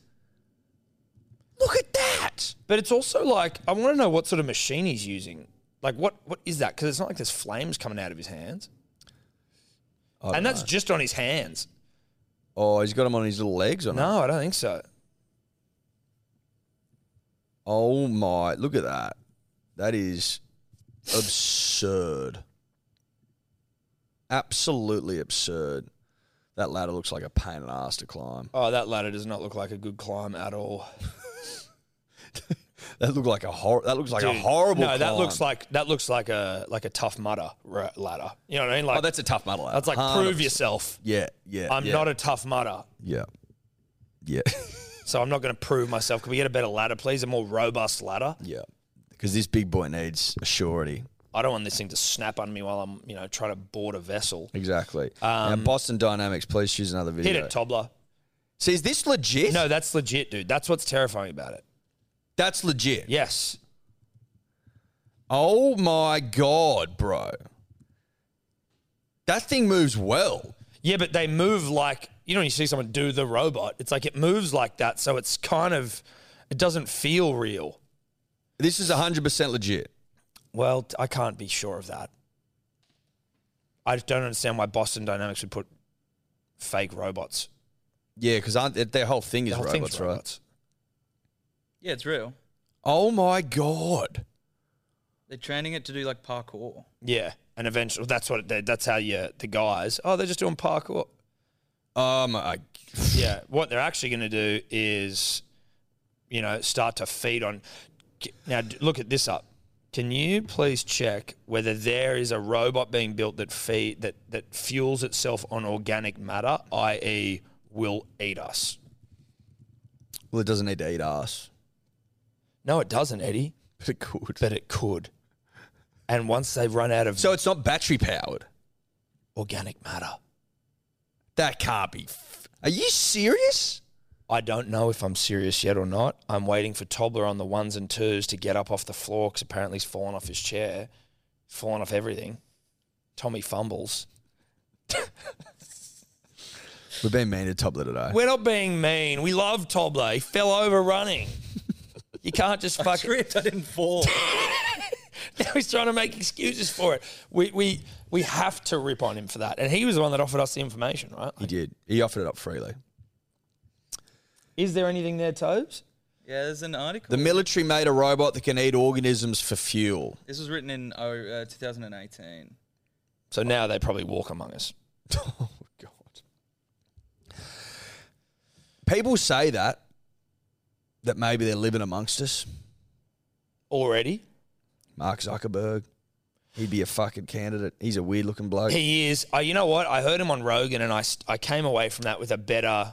Look at that.
But it's also like I want to know what sort of machine he's using. Like what what is that? Because it's not like there's flames coming out of his hands,
I
and
don't
that's
know.
just on his hands.
oh, he's got him on his little legs or not?
No, I don't think so.
Oh my! Look at that. That is absurd. Absolutely absurd. That ladder looks like a pain in the ass to climb.
Oh, that ladder does not look like a good climb at all.
That looked like a hor- That looks like a
Dude,
horrible.
No, that
climb.
looks like that looks like a like a tough mutter ra- ladder. You know what I mean? Like
Oh, that's a tough muddle.
that's like prove yourself.
Yeah, yeah.
I'm
yeah,
not a tough mutter,
Yeah, yeah,
so I'm not going to prove myself. Can we get a better ladder, please? A more robust ladder.
yeah. Because this big boy needs a surety.
I don't want this thing to snap on me while I'm you know trying to board a vessel.
Exactly. now, Boston Dynamics, please choose another video.
Um, Hit it, Tobler.
See, is this legit?
No, that's legit, dude. That's what's terrifying about it.
that's legit.
Yes.
Oh my god, bro. That thing moves well.
Yeah, but they move like you know when you see someone do the robot. It's like it moves like that, so it's kind of it doesn't feel real.
This is 100% legit.
Well, t- I can't be sure of that. I just don't understand why Boston Dynamics would put fake robots.
Yeah, because their whole thing is
The whole thing's
robots, right?
Yeah, it's real.
Oh my god.
They're training it to do like parkour.
Yeah, and eventually that's what they, that's how you the guys. Oh, they're just doing parkour.
Um, I,
Yeah, what they're actually going to do is, you know, start to feed on. Now d- look at this up. Can you please check whether there is a robot being built that feed that that fuels itself on organic matter, i.e., will eat us?
well, it doesn't need to eat ass,
No, it doesn't, Eddie.
but it could.
But it could. And once they run out of
So it's not battery powered.
organic matter,
That can't be. F- Are you serious?
I don't know if I'm serious yet or not. I'm waiting for Tobler on the ones and twos to get up off the floor because apparently he's fallen off his chair, fallen off everything. Tommy fumbles.
We've been mean to Tobler today.
We're not being mean. We love Tobler. He fell over running. You can't just fuck.
Tripped, I didn't fall.
Now he's trying to make excuses for it. We, we, we have to rip on him for that. And he was the one that offered us the information, right?
he did. He offered it up freely.
Is there anything there, Tobes?
yeah, there's an article.
The military made a robot that can eat organisms for fuel.
this was written in oh, uh, 2018.
So now they probably walk among us.
Oh God. People say that that maybe they're living amongst us.
Already?
Mark Zuckerberg, he'd be a fucking candidate. He's a weird looking bloke,
He is. Uh, you know what? I heard him on Rogan and I, s- I came away from that with a better.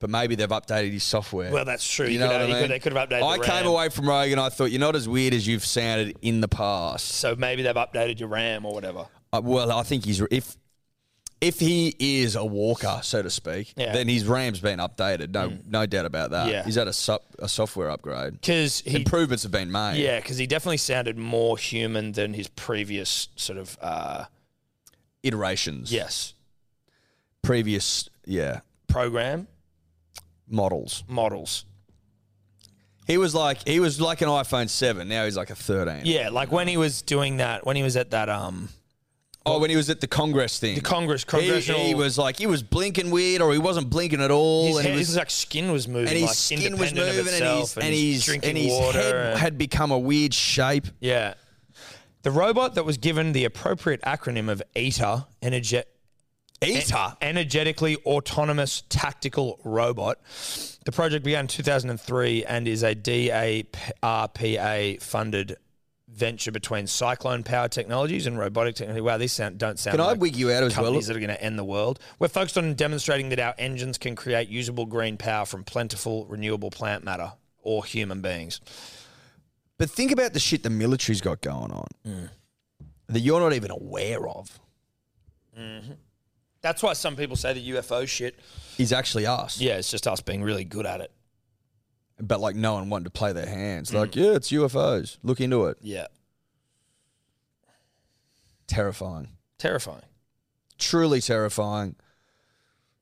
but maybe they've updated his software.
Well, that's true.
you
You
know
could
what
have-
I
you
mean?
could- they could have updated
I
the
came
RAM.
away from Rogan. I thought you're not as weird as you've sounded in the past.
So maybe they've updated your RAM or whatever.
Uh, well, I think he's if if he is a walker, so to speak,
Yeah. Mm.
then his RAM's been updated. No, no doubt about that.
Yeah.
He's had a, sup a software upgrade.
because he
Improvements have been made.
Yeah, because he definitely sounded more human than his previous sort of. Uh,
Iterations.
yes,
Previous. Yeah.
program
Models.
models.
He was like he was like an iPhone seven. Now he's like a thirteen.
Yeah, like when he was doing that, when he was at that um
Oh, when he was at the Congress thing.
the Congress
He,
congressional,
he was like he was blinking weird, or he wasn't blinking at all,
his,
and he
his,
was
like skin was moving,
and his
like
skin was
independent
moving,
of
and
itself,
his and his
drinking
and his
water.
head
and-
had become a weird shape.
yeah, the robot that was given the appropriate acronym of ETA, energe-
Eater.
energetically autonomous tactical robot. The project began in 2003 and is a DARPA funded venture between Cyclone Power Technologies and Robotic Technology. Wow, these sound, don't sound
Can I
like
wig you out as well?
companies that are going to end the world. We're focused on demonstrating that our engines can create usable green power from plentiful renewable plant matter or human beings.
But think about the shit the military's got going on
Mm.
that you're not even aware of.
That's why some people say the UFO shit.
Is actually us,
Yeah, it's just us being really good at it.
but like no one wanted to play their hands.
Mm.
Like, yeah, it's UFOs. Look into it.
Yeah.
Terrifying.
Terrifying.
truly terrifying.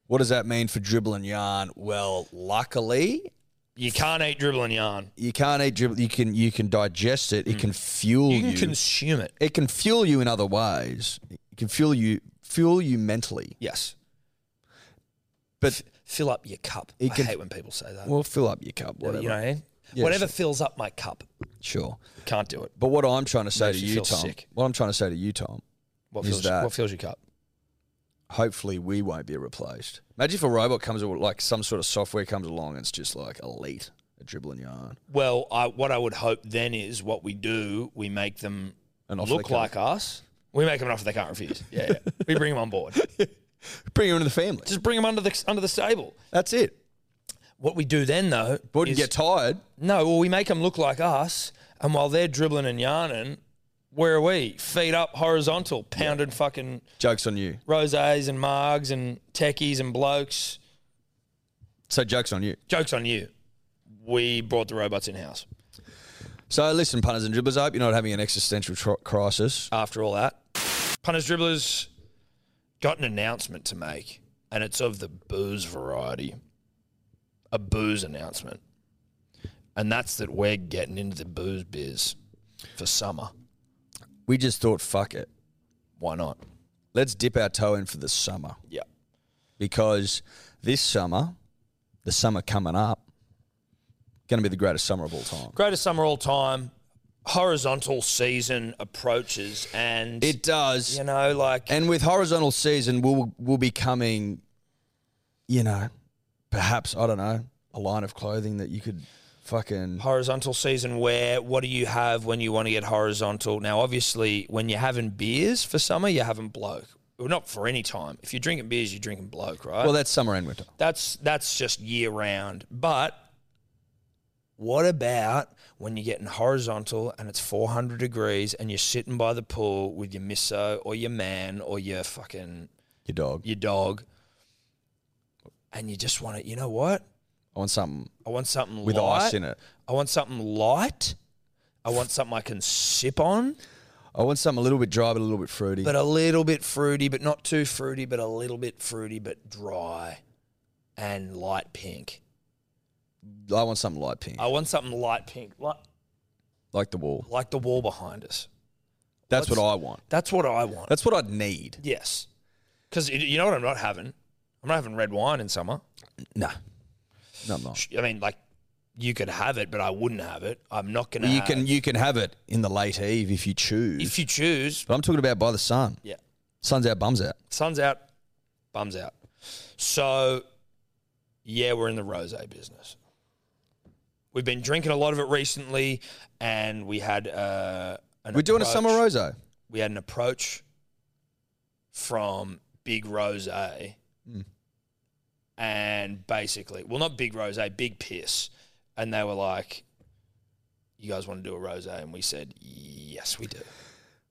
What does that mean for dribbling yarn? Well, luckily,
You can't eat dribbling yarn.
you can't eat dribble. You can you can digest it. It can fuel
Mm. You
you.
can consume it.
it can fuel you in other ways. It can fuel you fuel you mentally.
Yes.
But
Fill up your cup.
It
I
can-
hate when people say that.
we'll fill up your cup, whatever.
You know what I mean?
Yeah,
Whatever
sure.
fills up my cup.
Sure.
Can't do it.
But what I'm trying to say
Makes
to
you
you,
feel
Tom.
sick.
What I'm trying to say to you, Tom.
What
Is
fills,
that-
what fills your cup?
Hopefully, we won't be replaced. Imagine if a robot comes al- like some sort of software comes along and it's just like elite at dribbling yarn.
Well, I, what I would hope then is what we do, we make them
An offer they
look
can't-
like us. We make them an offer they can't refuse. Yeah, yeah. we bring them on board.
Bring her into the family.
Just bring them under the under the stable.
That's it.
What we do then though
Wouldn't
is-
get tired.
no. Well, we make them look like us, and while they're dribbling and yarning, where are we? Feet up, horizontal, pounding fucking
Jokes on you.
rosés and margs and techies and blokes.
So jokes on you.
Jokes on you. We brought the robots in house.
So listen, punters and dribblers, I hope you're not having an existential tr- crisis.
after all that. Punters Dribblers got an announcement to make, and it's of the booze variety. A booze announcement. And that's that we're getting into the booze biz for summer.
We just thought, fuck it,
Why not?
let's dip our toe in for the summer
Yeah.
because this summer, the summer coming up, going to be the greatest summer of all time.
Greatest summer all time. Horizontal season approaches, and
It does,
you know, like
and with horizontal season, we'll we'll be coming, you know, perhaps I don't know a line of clothing that you could fucking
horizontal season wear. What do you have when you want to get horizontal? Now, obviously, when you're having beers for summer, you're having bloke. Well, not for any time. If you're drinking beers, you're drinking bloke, right?
well, that's summer and winter.
that's that's just year round. But what about when you're getting horizontal and it's 400 degrees and you're sitting by the pool with your misso or your man or your fucking
Your dog.
your dog, and you just want to, you know what?
I want something
I want something
with
light.
ice in it.
I want something light. I want something I can sip on,
I want something a little bit dry, but a little bit fruity.
but a little bit fruity, but not too fruity, but a little bit fruity, but dry and light pink.
I want something light pink,
uh, I want something light pink, like,
like the wall.
like the wall behind us.
That's
What's-
what I want.
That's what I want.
That's what I'd need.
yes. Because you know what I'm not having? I'm not having red wine in summer.
No, no, I'm not.
Sh- I mean, like, you could have it, but I wouldn't have it. I'm not going to.
You can you can have it in the late eve if you choose.
If you choose,
but I'm talking about by the sun.
yeah.
Sun's out, bums out.
Sun's out, bums out. So, yeah, we're in the rose business. We've been drinking a lot of it recently, and we had uh, an
We're doing a
approach-
summer rosé.
We had an approach from Big Rose,
Hmm.
and basically, well, not Big Rose, Big Piss, and they were like, "You guys want to do a rose?" And we said, "Yes, we do."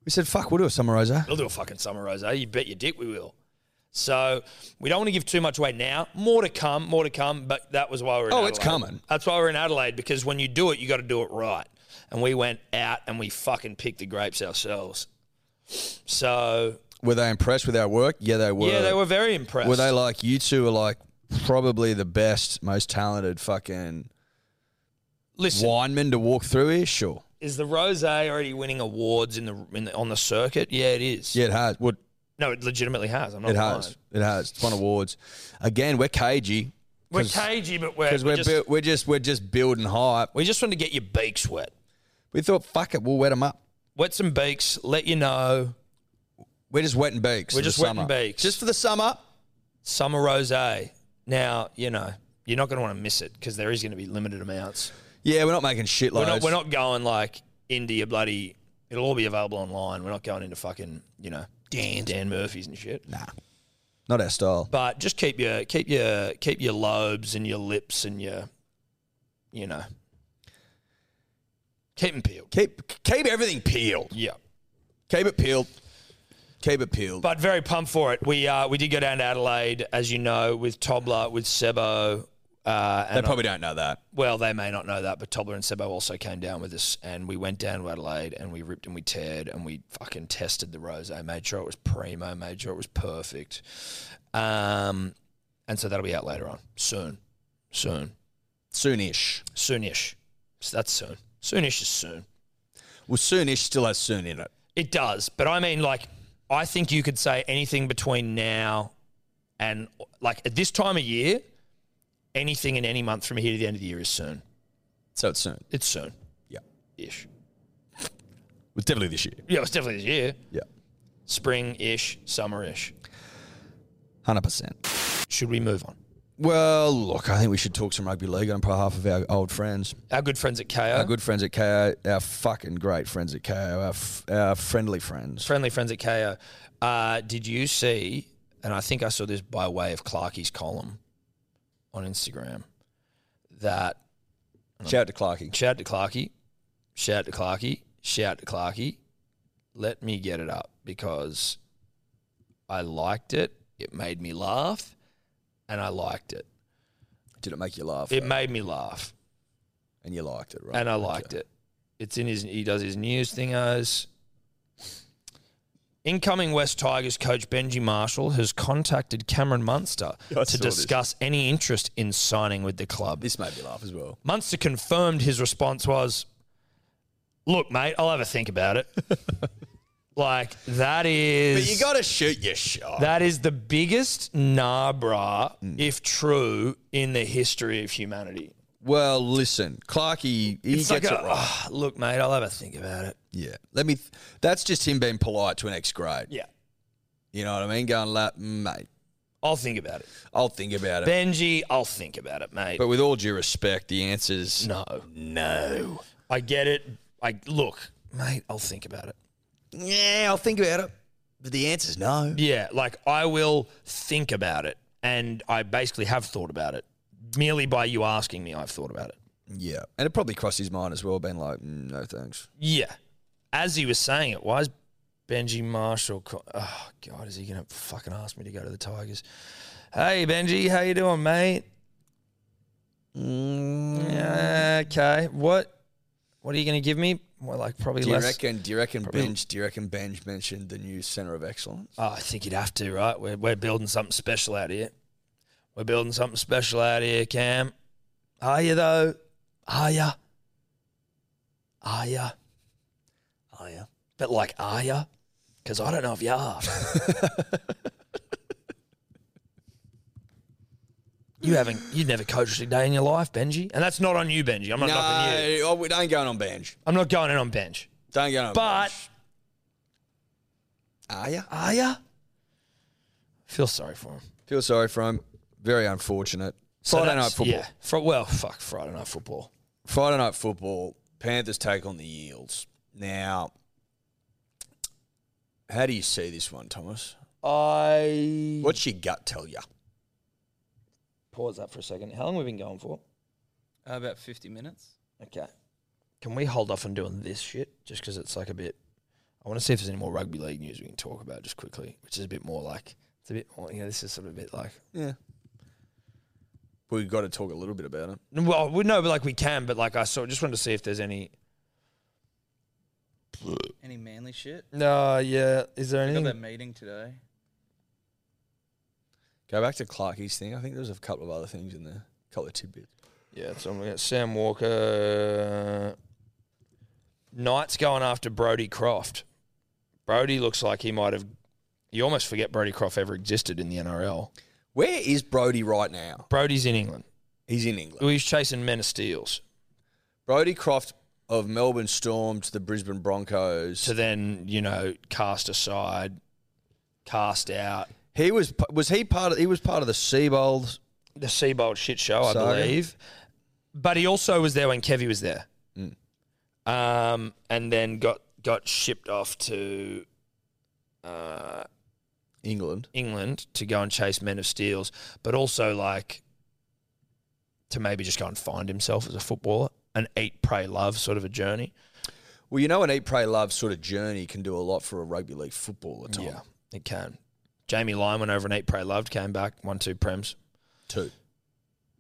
We said, "Fuck, we'll do a summer rosé."
eh? We'll do a fucking summer rose. You bet your dick we will. So we don't want to give too much away now. More to come, more to come. But that was why we we're in
Oh, it's
Adelaide.
coming.
That's why we we're in Adelaide because when you do it, you got to do it right. And we went out and we fucking picked the grapes ourselves. So
Were they impressed with our work? Yeah, they were.
yeah, they were very impressed.
Were they like you two are like probably the best, most talented fucking
Listen,
winemen to walk through here? Sure.
is the rose already winning awards in the, in the on the circuit? Yeah, it is.
Yeah, it has. What
No, it legitimately has. I'm not
it
lying.
has. It has. It's won awards. Again, we're cagey.
We're cagey, but we're,
Because
we're
we're,
just,
bu- we're just we're just building hype.
we just want to get your beaks wet.
We thought, fuck it, we'll wet them up.
Wet some beaks, let you know.
We're just wetting beaks.
We're
for
just
the summer.
wetting beaks.
Just for the summer.
Summer rosé. Now, you know, you're not going to want to miss it because there is going to be limited amounts.
Yeah, we're not making shit
We're not,
loads.
we're not going like India bloody. It'll all be available online. We're not going into fucking, you know, Dan, Dan Murphy's and shit.
Not our style.
But just keep your keep your keep your lobes and your lips and your, you know, keep them peeled.
Keep keep everything peeled.
Yeah.
Keep it peeled. Keep it peeled.
But very pumped for it. We uh, we did go down to Adelaide, as you know, with Tobler, with Sebo. Uh,
they
and
probably don't know that.
well, they may not know that, but Tobler and Sebo also came down with us, and we went down to Adelaide, and we ripped and we teared, and we fucking tested the rosé, made sure it was primo, made sure it was perfect, um, and so that'll be out later on, soon, soon,
Soonish.
soonish. So that's soon. Soonish is soon.
Well, soonish still has soon in it.
It does, but I mean, like, I think you could say anything between now and like at this time of year, anything in any month from here to the end of the year is soon.
So it's soon.
It's soon,
Yeah.
ish.
Well, definitely this year.
Yeah, it's definitely this year.
Yeah.
Spring ish, summer ish.
100%.
Should we move on?
Well, look, I think we should talk some rugby league on behalf of our old friends.
Our good friends at KO,
Our good friends at KO, our fucking great friends at KO, our, f- our friendly friends.
friendly friends at KO. Uh, did you see? And I think I saw this by way of Clarkie's column on Instagram. That
Shout out to Clarky.
Shout to Clarkey. Shout to Clarkey. Shout to Clarkey. Let me get it up because I liked it. It made me laugh and I liked it.
Did it make you laugh?
It made me laugh
and you liked it, right?
and I liked it. It's in his, he does his news thingos. Incoming West Tigers coach Benji Marshall has contacted Cameron Munster
Yeah, I
to
saw this.
discuss any interest in signing with the club.
This made me laugh as well.
Munster confirmed his response was, "Look, mate, I'll have a think about it." like that is
But you got to shoot your shot.
that is the biggest nah bra,
Mm.
if true, in the history of humanity.
well, listen, Clarky, he gets
It's like,
it
a,
right.
"Ah, look, mate, I'll have a think about it.
Yeah. Let me. Th- that's just him being polite to an ex grade.
Yeah,
You know what I mean? Going, like, "Mm, mate,
I'll think about it,
I'll think about it.
Benji. I'll think about it, mate.
but with all due respect, the answer's
no, no, I get it. I look, mate, I'll think about it.
yeah, I'll think about it. But the answer's no.
Yeah, like I will think about it, and I basically have thought about it. Merely by you asking me, I've thought about it.
Yeah. And it probably crossed his mind as well, being like, mm, no thanks.
Yeah. As he was saying it, why is Benji Marshall? Co- oh God, is he gonna fucking ask me to go to the Tigers? Hey Benji, how you doing, mate?
Mm.
Yeah, okay. What? What are you gonna give me? Well, like probably
Do you
less.
reckon? Do you reckon Benj? Do you reckon Benj mentioned the new center of excellence?
Oh, I think you'd have to, right? We're, we're building something special out here. We're building something special out here, Cam. Are you, though? Are ya? Are ya? Are ya? But, like, are ya? Because I don't know if you are. you haven't, you've never coached a day in your life, Benji. And that's not on you, Benji. I'm not knocking you.
oh, we don't going on Benj.
I'm not going in on bench.
Don't go on.
But,
Benj. are you?
are ya? Feel sorry for him.
Feel sorry for him. Very unfortunate.
So
Friday night
that's-
football.
Yeah. Fri- well, fuck Friday night football.
Friday night football. Panthers take on the Yields. Now, how do you see this one, Thomas?
I
What's your gut tell you?
pause that for a second. How long have we been going for?
Uh, about 50 minutes.
Okay. Can we hold off on doing this shit just because it's like a bit? I want to see if there's any more rugby league news we can talk about just quickly, which is a bit more like It's a bit, more, you know, this is sort of a bit like,
Yeah. We've got to talk a little bit about it.
well, we know, but like we can, but like I saw, just wanted to see if there's any.
Any manly shit?
No, yeah. Is there
I got
anything?
that meeting today.
Go back to Clarkie's thing. I think there was a couple of other things in there. A couple of tidbits.
Yeah, so I'm looking at Sam Walker. Knight's going after Brody Croft. Brody looks like he might have. You almost forget Brody Croft ever existed in the NRL.
Where is Brody right now?
Brody's in England.
He's in England.
He's chasing Men of Steels
Brody Croft of Melbourne Storm to the Brisbane Broncos.
to then, you know, cast aside, cast out.
He was was he part of he was part of the Seabold.
The Seabold shit show, I
Saga.
believe. But he also was there when Kevy was there. Um, and then got, got shipped off to. Uh,
England.
England to go and chase Men of Steels, but also like to maybe just go and find himself as a footballer, an eat, pray, love sort of a journey.
Well, you know, an eat, pray, love sort of journey can do a lot for a rugby league footballer, Tom.
Yeah, it can. Jamie Lyon went over and eat, pray, loved, came back, won two prems.
Two.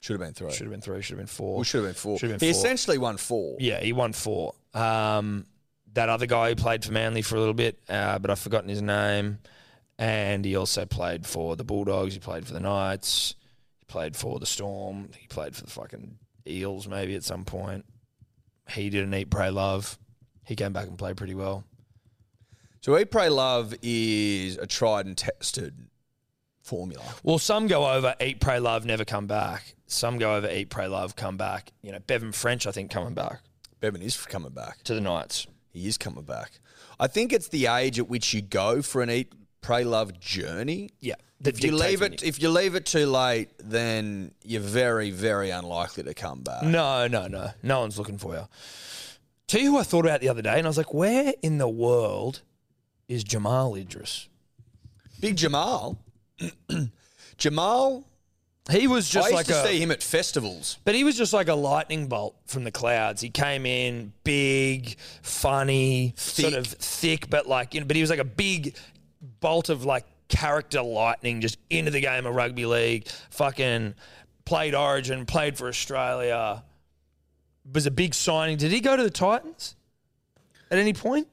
Should have been three.
Should have been three, should have been four.
Well, should have been four.
Should have been
he
four.
essentially won four.
yeah, he won four. Um, that other guy who played for Manly for a little bit, uh, but I've forgotten his name. And he also played for the Bulldogs. He played for the Knights. He played for the Storm. He played for the fucking Eels maybe at some point. He didn't eat, pray, love. He came back and played pretty well.
So eat, pray, love is a tried and tested formula.
Well, some go over, eat, pray, love, never come back. Some go over, eat, pray, love, come back. You know, Bevan French, I think, coming back
Bevan is coming back.
to the Knights.
He is coming back. I think it's the age at which you go for an eat, pray, love journey.
Yeah. that
If you leave
dictates when
it, if you leave it too late, then you're very, very unlikely to come back.
No, no, no. No one's looking for you. Tell you who I thought about the other day, and I was like, where in the world is Jamal Idris?
Big Jamal, Jamal.
He was just
I used
like
to
a,
see him at festivals.
but he was just like a lightning bolt from the clouds. He came in big, funny, sort
Thick.
of thick, but like, you know, but he was like a big bolt of like character lightning just into the game of rugby league. Fucking played Origin, played for Australia. Was a big signing. Did he go to the Titans at any point?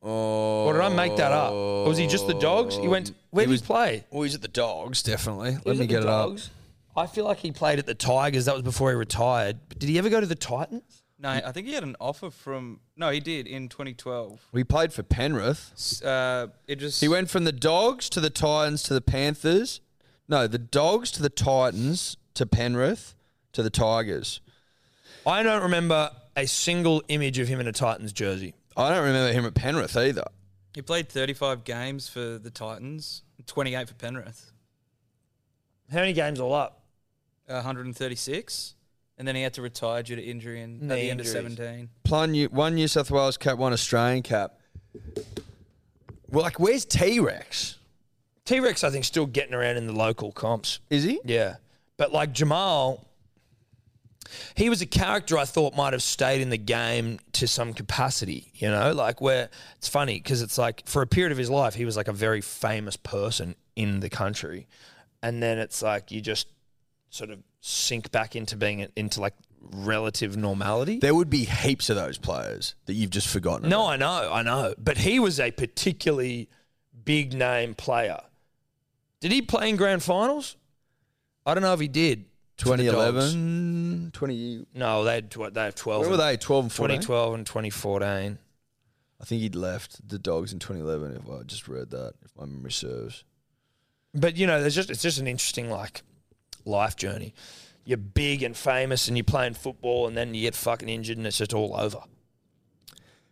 Oh,
Or did I make that up? Or was he just the dogs? He went. Where did he play?
Oh. Well, he's at the dogs, definitely. Let
He was
me
at the
get it up.
Dogs. I feel like he played at the Tigers. That was before he retired. But did he ever go to the Titans?
No, I think he had an offer from. No, he did in 2012.
We played for Penrith.
S- Uh, it just.
He went from the dogs to the Titans to the Panthers. No, the dogs to the Titans to Penrith to the Tigers.
I don't remember a single image of him in a Titans jersey.
I don't remember him at Penrith either.
He played 35 games for the Titans, 28 for Penrith,
How many games all up?
uh, 136, and then he had to retire due to injury in, at
Knee
the end
injuries.
of 17.
Plun, New- one New South Wales cap, one Australian cap. Well, like, where's T Rex?
T Rex, I think, still getting around in the local comps.
Is he?
Yeah. But like Jamal, he was a character I thought might have stayed in the game to some capacity, you know, like where it's funny because it's like for a period of his life, he was like a very famous person in the country. And then it's like you just sort of sink back into being into like relative normality.
There would be heaps of those players that you've just forgotten.
No, I know, I know. But he was a particularly big name player. Did he play in grand finals? I don't know if he did. for the Dogs.
2011, 20.
No, they had tw- they have twelve.
Where were
and-
they? eh? 12 and 14?
2012 and 2014.
I think he'd left the dogs in 2011, if I just read that, if my memory serves.
But you know, there's just it's just an interesting like life journey. You're big and famous, and you're playing football, and then you get fucking injured, and it's just all over.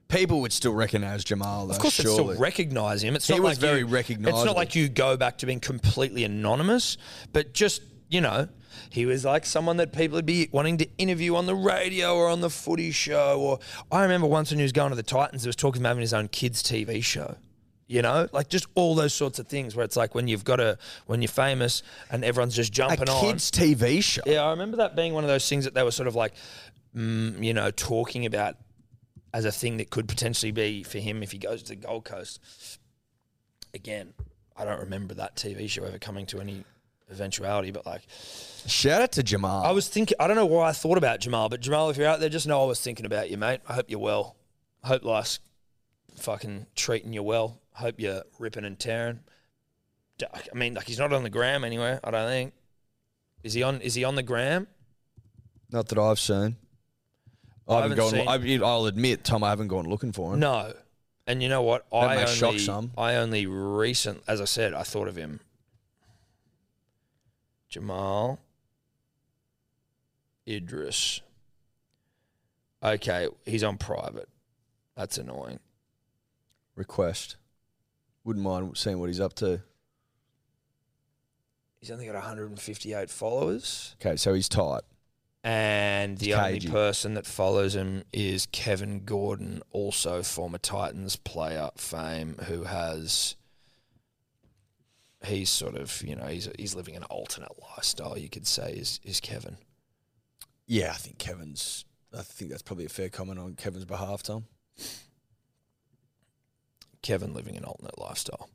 People would still recognise Jamal, though,
Of course, they
surely.
still recognise him. It's
He
not
was
like
very
you, It's
recognisable.
not like you go back to being completely anonymous, but just you know, he was like someone that people would be wanting to interview on the radio or on the footy show. Or I remember once when he was going to the Titans, he was talking about having his own kids' TV show. You know, like just all those sorts of things where it's like when you've got a when you're famous and everyone's just
a
jumping on.
kids' TV show.
Yeah, I remember that being one of those things that they were sort of like, mm, you know, talking about as a thing that could potentially be for him if he goes to the Gold Coast. Again, I don't remember that TV show ever coming to any eventuality, but like
Shout out to Jamal.
I was thinking, I don't know why I thought about Jamal, but Jamal, if you're out there, just know I was thinking about you, mate. I hope you're well. I hope life's fucking treating you well. I hope you're ripping and tearing. D- I mean, like he's not on the gram anywhere. I don't think. Is he on? Is he on the gram?
Not that I've seen. I
I
haven't,
haven't
gone.
seen-
I mean, I'll admit, Tom, I haven't gone looking for him.
No. And you know what?
That
I
may
only,
shock some.
I only recent, as I said, I thought of him. Jamal Idris. Okay, he's on private. That's annoying.
Request. Wouldn't mind seeing what he's up to.
He's only got 158 followers.
Okay, so he's tight.
And the
It's
only
cagey.
person that follows him is Kevin Gordon, also former Titans player fame, who has he's sort of you know he's he's living an alternate lifestyle you could say is is Kevin.
Yeah, I think Kevin's. I think that's probably a fair comment on Kevin's behalf, Tom.
Kevin living an alternate lifestyle.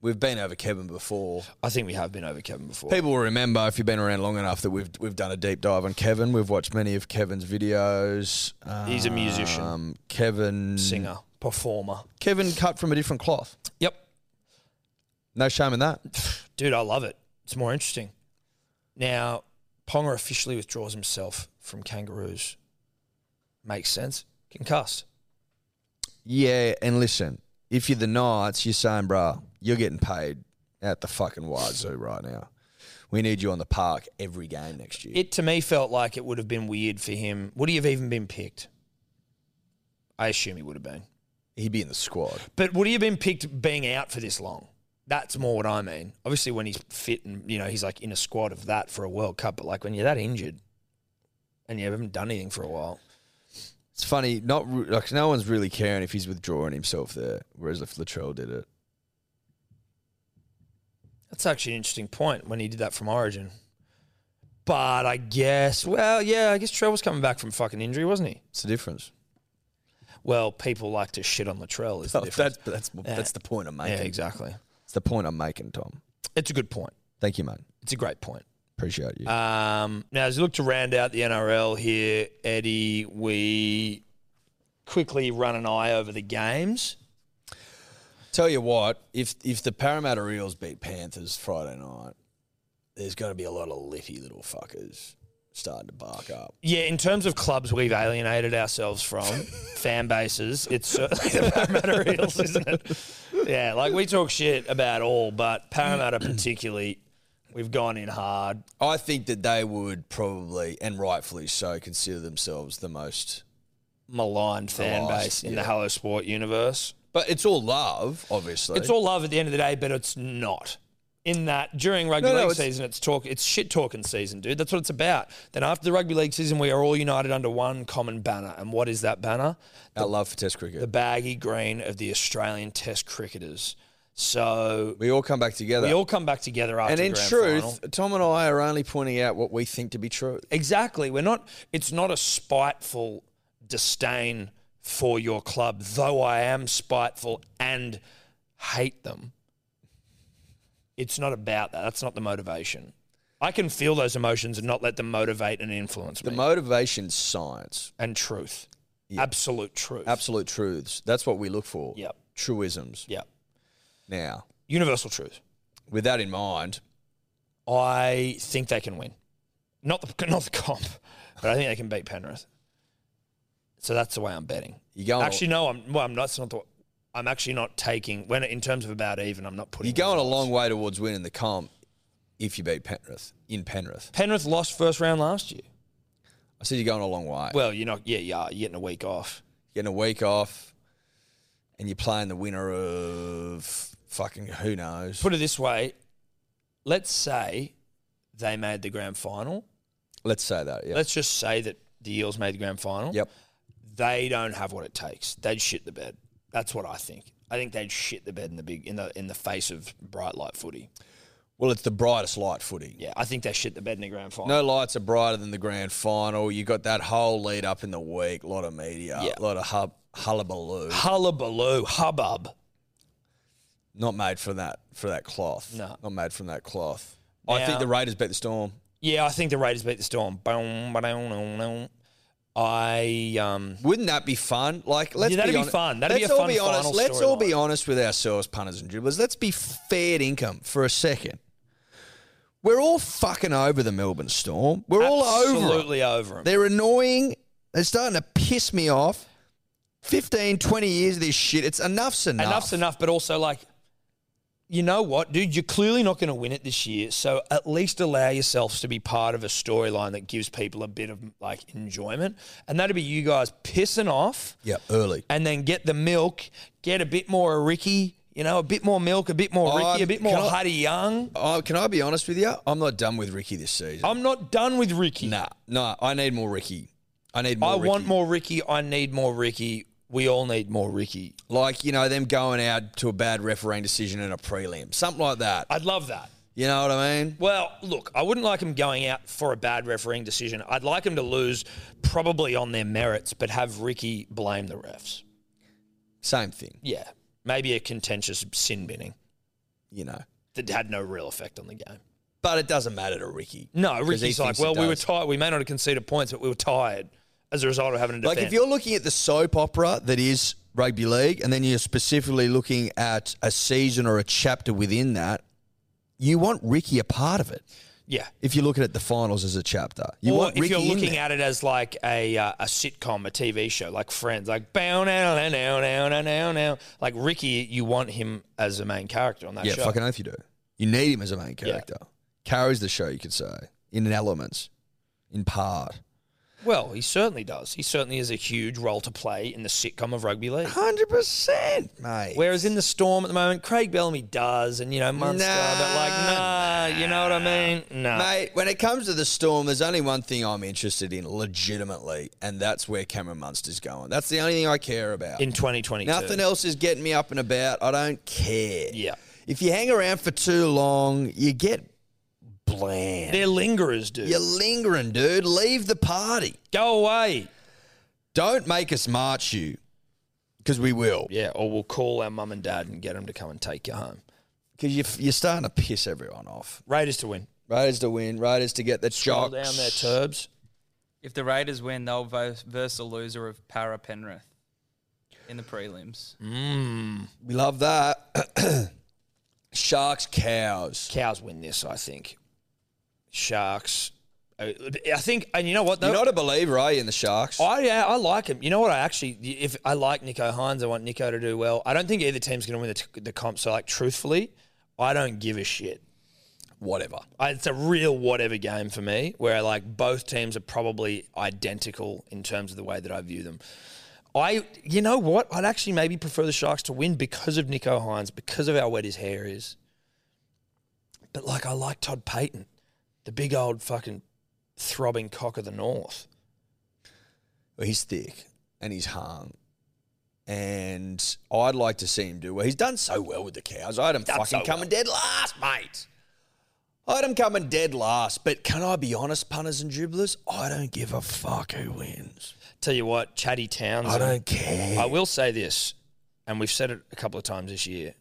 We've been over Kevin before.
I think we have been over Kevin before.
People will remember if you've been around long enough that we've we've done a deep dive on Kevin. We've watched many of Kevin's videos.
He's a musician.
Um, Kevin
Singer, performer.
Kevin cut from a different cloth.
Yep.
No shame in that.
Dude, I love it. It's more interesting. Now, Ponga officially withdraws himself from Kangaroos. Makes sense. Concussed.
Yeah, and listen, if you're the Knights, you're saying, bruh, you're getting paid at the fucking wazoo right now. We need you on the park every game next year.
It to me felt like it would have been weird for him. Would he have even been picked? I assume he would have been.
He'd be in the squad.
But would he have been picked being out for this long? That's more what I mean. Obviously, when he's fit and you know he's like in a squad of that for a World Cup, but like when you're that injured and you haven't done anything for a while,
It's funny, not re- like no one's really caring if he's withdrawing himself there, whereas if Latrell did it.
that's actually an interesting point when he did that from Origin. But I guess, well, yeah, I guess Trell was coming back from fucking injury, wasn't he?
It's the difference.
Well, people like to shit on Latrell. Is the difference?
Oh, that's that's
Yeah.
that's the point I'm making.
yeah, exactly.
It's the point I'm making, Tom.
It's a good point.
Thank you, mate.
It's a great point.
Appreciate you.
Um, now, as we look to round out the NRL here, Eddie, we quickly run an eye over the games.
Tell you what, if if the Parramatta Eels beat Panthers Friday night, there's going to be a lot of litty little fuckers starting to bark up.
Yeah, in terms of clubs we've alienated ourselves from, fan bases, it's certainly the Parramatta Eels, isn't it? Yeah, like we talk shit about all, but Parramatta particularly, we've gone in hard.
I think that they would probably, and rightfully so, consider themselves the most.
Maligned fan
Maligned,
base in
yeah.
the Hello Sport universe.
But it's all love, obviously.
It's all love at the end of the day, but it's not. In that during rugby
No, no,
league
it's-
season, it's talk, it's shit talking season, dude. That's what it's about. Then after the rugby league season, we are all united under one common banner, and what is that banner?
our love for Test cricket.
The baggy green of the Australian Test cricketers. So
we all come back together,
we all come back together after
and
the
in
grand
truth,
final.
Tom and I are only pointing out what we think to be true.
Exactly. We're not. It's not a spiteful disdain for your club, though I am spiteful and hate them. It's not about that. That's not the motivation. I can feel those emotions and not let them motivate and influence
The
me.
motivation's science,
and truth, absolute truth.
absolute truths. That's what we look for.
Yep.
Truisms.
Yeah.
Now,
Universal truth.
with that in mind,
I think they can win. Not the not the comp, but I think they can beat Penrith. So that's the way I'm betting.
you go.
Actually, no. I'm well. I'm not. It's not the, I'm actually not taking when in terms of about even. I'm not putting.
You're going a
results.
long way towards winning the comp if you beat Penrith in Penrith.
Penrith lost first round last year.
I said you're going a long way.
Well, you're not. Yeah, yeah. You're getting a week off.
Getting a week off, and you're playing the winner of fucking who knows.
Put it this way. Let's say they made the grand final.
Let's say that. Yeah.
Let's just say that the Eels made the grand final.
Yep.
They don't have what it takes. They'd shit the bed. That's what I think. I think they'd shit the bed in the big in the in the face of bright light footy.
Well, it's the brightest light footy.
Yeah, I think they shit the bed in the grand final.
No lights are brighter than the grand final. You got that whole lead up in the week. A lot of media.
Yeah.
A lot of hub hullabaloo.
Hullabaloo, hubbub.
Not made for that for that cloth.
No.
Not made from that cloth. I
Now-
think the Raiders beat the Storm.
Yeah, I think the Raiders beat the Storm. Boom, ba-dum, dum, dum. I um,
Wouldn't that be fun? Like, let's
Yeah, that'd
be,
be
honest.
fun. That'd be
let's
a
all
fun
be
final
honest. Let's all be
storyline.
honest with ourselves, punters and dribblers. Let's be fair income for a second. We're all fucking over the Melbourne Storm. We're all over. 'em.
absolutely over them.
They're annoying. They're starting to piss me off. 15, 20 years of this shit. It's enough's enough.
Enough's enough, but also like, you know what, dude? You're clearly not going to win it this year, so at least allow yourselves to be part of a storyline that gives people a bit of like enjoyment, and that'd be you guys pissing off.
Yeah, early.
and then get the milk, get a bit more Ricky, you know, a bit more milk, a bit more Ricky, a
Um,
bit more
can I-
Huddy Young.
Oh, can I be honest with you? I'm not done with Ricky this season.
I'm not done with Ricky.
nah, nah. I need more Ricky. I need more.
I want
Ricky.
more Ricky. I need more Ricky. We all need more Ricky.
like you know them going out to a bad refereeing decision in a prelim, something like that.
I'd love that.
You know what I mean?
Well, look, I wouldn't like him going out for a bad refereeing decision. I'd like him to lose probably on their merits, but have Ricky blame the refs.
Same thing.
Yeah. Maybe a contentious sin binning
You know.
that had no real effect on the game.
But it doesn't matter to Ricky.
No,
'Cause he
Ricky's like,
thinks it
well, we were
does.
tired. We may not have conceded points, but we were tired as a result of having to defend.
Like if you're looking at the soap opera that is rugby league, and then you're specifically looking at a season or a chapter within that, you want Ricky a part of it.
yeah.
If you're looking at the finals as a chapter, you
or
want
if
Ricky
you're
in
looking
there.
at it as like a uh, a sitcom, a TV show, like Friends, like bow now now now now now now now, like Ricky, you want him as a main character on that
yeah,
show.
fucking oath you do. You need him as a main character. Carries the show, you could say, in an element, in part.
well, he certainly does. He certainly has a huge role to play in the sitcom of rugby league.
Hundred percent, mate.
Whereas in the storm at the moment, Craig Bellamy does, and you know Munster, but like nah, you know what I mean? Nah.
Mate, when it comes to the storm, there's only one thing I'm interested in legitimately, and that's where Cameron Munster's going. That's the only thing I care about.
in 2022,
Nothing else is getting me up and about. I don't care.
Yeah.
If you hang around for too long, you get bland.
They're lingerers, dude.
You're lingering, dude. Leave the party.
Go away.
Don't make us march you, because we will.
Yeah, or we'll call our mum and dad and get them to come and take you home.
Because you, you're starting to piss everyone off.
Raiders to win.
Raiders to win. Raiders to get the
Roll
jock.
down their turbs.
If the Raiders win, they'll vote versus the loser of Para Penrith in the prelims.
Mmm.
We love that. Sharks, cows.
Cows win this, I think. Sharks. I I think, and you know what? Though?
You're not a believer, are you, in the Sharks?
I yeah, I like him. You know what? I actually, if I like Nico Hines, I want Nico to do well. I don't think either team's going to win the, t- the comp. So, like, truthfully, I don't give a shit. Whatever. I, it's a real whatever game for me, where like both teams are probably identical in terms of the way that I view them. I, you know what? I'd actually maybe prefer the Sharks to win because of Nico Hines, because of how wet his hair is. But like, I like Todd Payton, the big old fucking throbbing cock of the North.
Well, he's thick and he's hung. And I'd like to see him do well. He's done so well with the cows. I had him
Done
fucking
so
coming
well.
dead last, mate. I had him coming dead last. But can I be honest, punters and dribblers? I don't give a fuck who wins.
Tell you what, Chatty Towns.
I don't care.
I will say this, and we've said it a couple of times this year.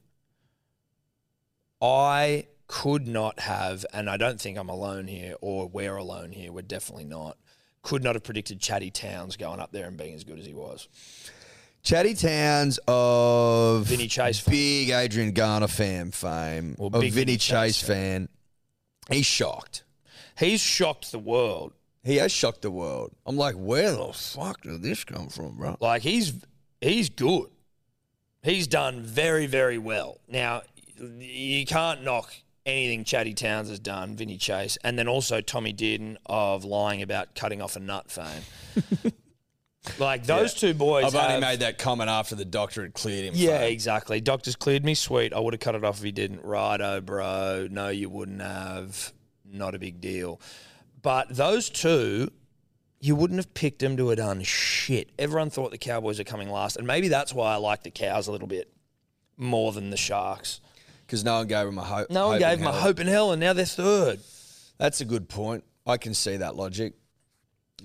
I could not have, and I don't think I'm alone here, or we're alone here. We're definitely not. Could not have predicted Chatty Towns going up there and being as good as he was.
Chatty Towns of
Vinny Chase fan.
big Adrian Garner fan fame,
Well,
of
big
Vinny
Vinny
Chase
Chase
fan. He's shocked.
He's shocked the world.
He has shocked the world. I'm like, where the fuck did this come from, bro?
Like he's he's good. He's done very very well. Now you can't knock anything Chatty Towns has done, Vinny Chase, and then also Tommy Dearden of lying about cutting off a nut fame. like those two boys.
I've only
have-
made that comment after the doctor had cleared him.
Yeah,
fam.
exactly. Doctors cleared me. Sweet. I would have cut it off if he didn't. Righto, bro. No, you wouldn't have. Not a big deal. But those two, you wouldn't have picked them to have done shit. Everyone thought the Cowboys are coming last. And maybe that's why I like the Cows a little bit more than the Sharks.
because no one gave him a hope.
No one
hope
gave
in
them a
hell.
hope in hell, and now they're third.
That's a good point. I can see that logic.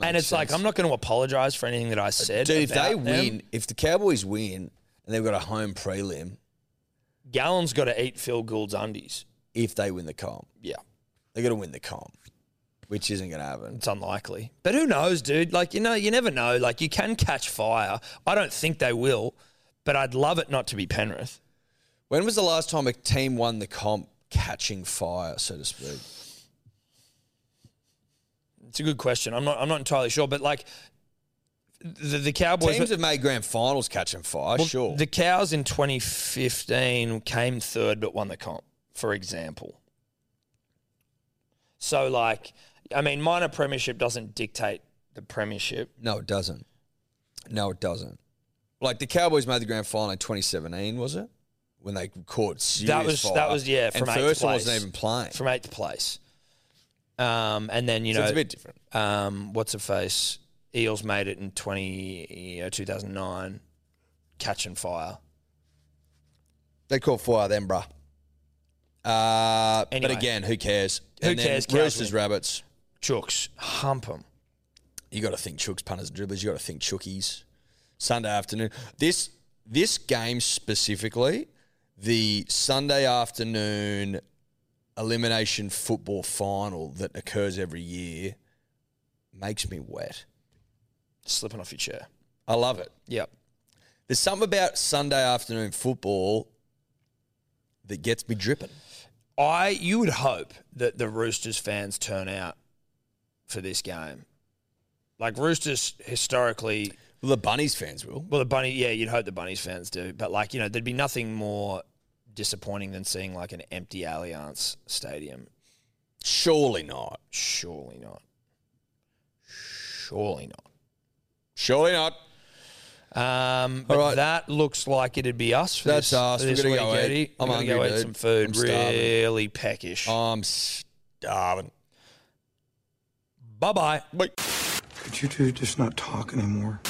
and it's like,
sense.
I'm not going to apologize for anything that I said.
Dude, if
about
they
them.
win, if the Cowboys win and they've got a home prelim,
Gallon's got to eat Phil Gould's undies.
if they win the comp.
Yeah,
They're going to win the comp, which isn't going to happen.
it's unlikely, but who knows, dude? Like you know, you never know. Like you can catch fire. I don't think they will, but I'd love it not to be Penrith.
When was the last time a team won the comp catching fire, so to speak?
It's a good question. I'm not. I'm not entirely sure, but like the, the Cowboys.
Teams have made grand finals catching fire,
Well,
sure.
The Cows in 2015 came third but won the comp, for example. So, like, I mean, minor premiership doesn't dictate the premiership.
no, it doesn't. No, it doesn't. Like the Cowboys made the grand final in 2017, was it? When they caught serious
that was
fire.
that was yeah from
and
eighth
first
place.
wasn't even playing.
from eighth place. Um, and then you
so
know,
it's a bit different.
um, what's a face? Eels made it in 20, uh, 2009, catch and fire.
They caught fire then, bruh. Uh,
Anyway.
But again, who cares?
Who
And then
cares? Cows
Roosters,
win.
rabbits.
Chooks, hump 'em.
You got to think chooks, punters, and dribblers. You got to think chookies. Sunday afternoon. This this game specifically, the Sunday afternoon elimination football final that occurs every year, makes me wet.
slipping off your chair.
I love it.
Yep.
There's something about Sunday afternoon football that gets me dripping.
I you would hope that the Roosters fans turn out for this game. Like Roosters historically,
Well, the Bunnies fans will.
well the bunny, yeah, you'd hope the bunnies fans do, but like you know, there'd be nothing more disappointing than seeing like an empty Allianz Stadium.
Surely not.
Surely not. Surely not.
Surely not.
Um, but
All right.
that looks like it'd be us. For
That's
this,
us.
For
We're
this
gonna
week,
go eat.
Eddie.
I'm
We're gonna
hungry,
go eat
dude.
some food.
I'm starving.
really peckish.
I'm starving.
bye bye.
Could you two just not talk anymore?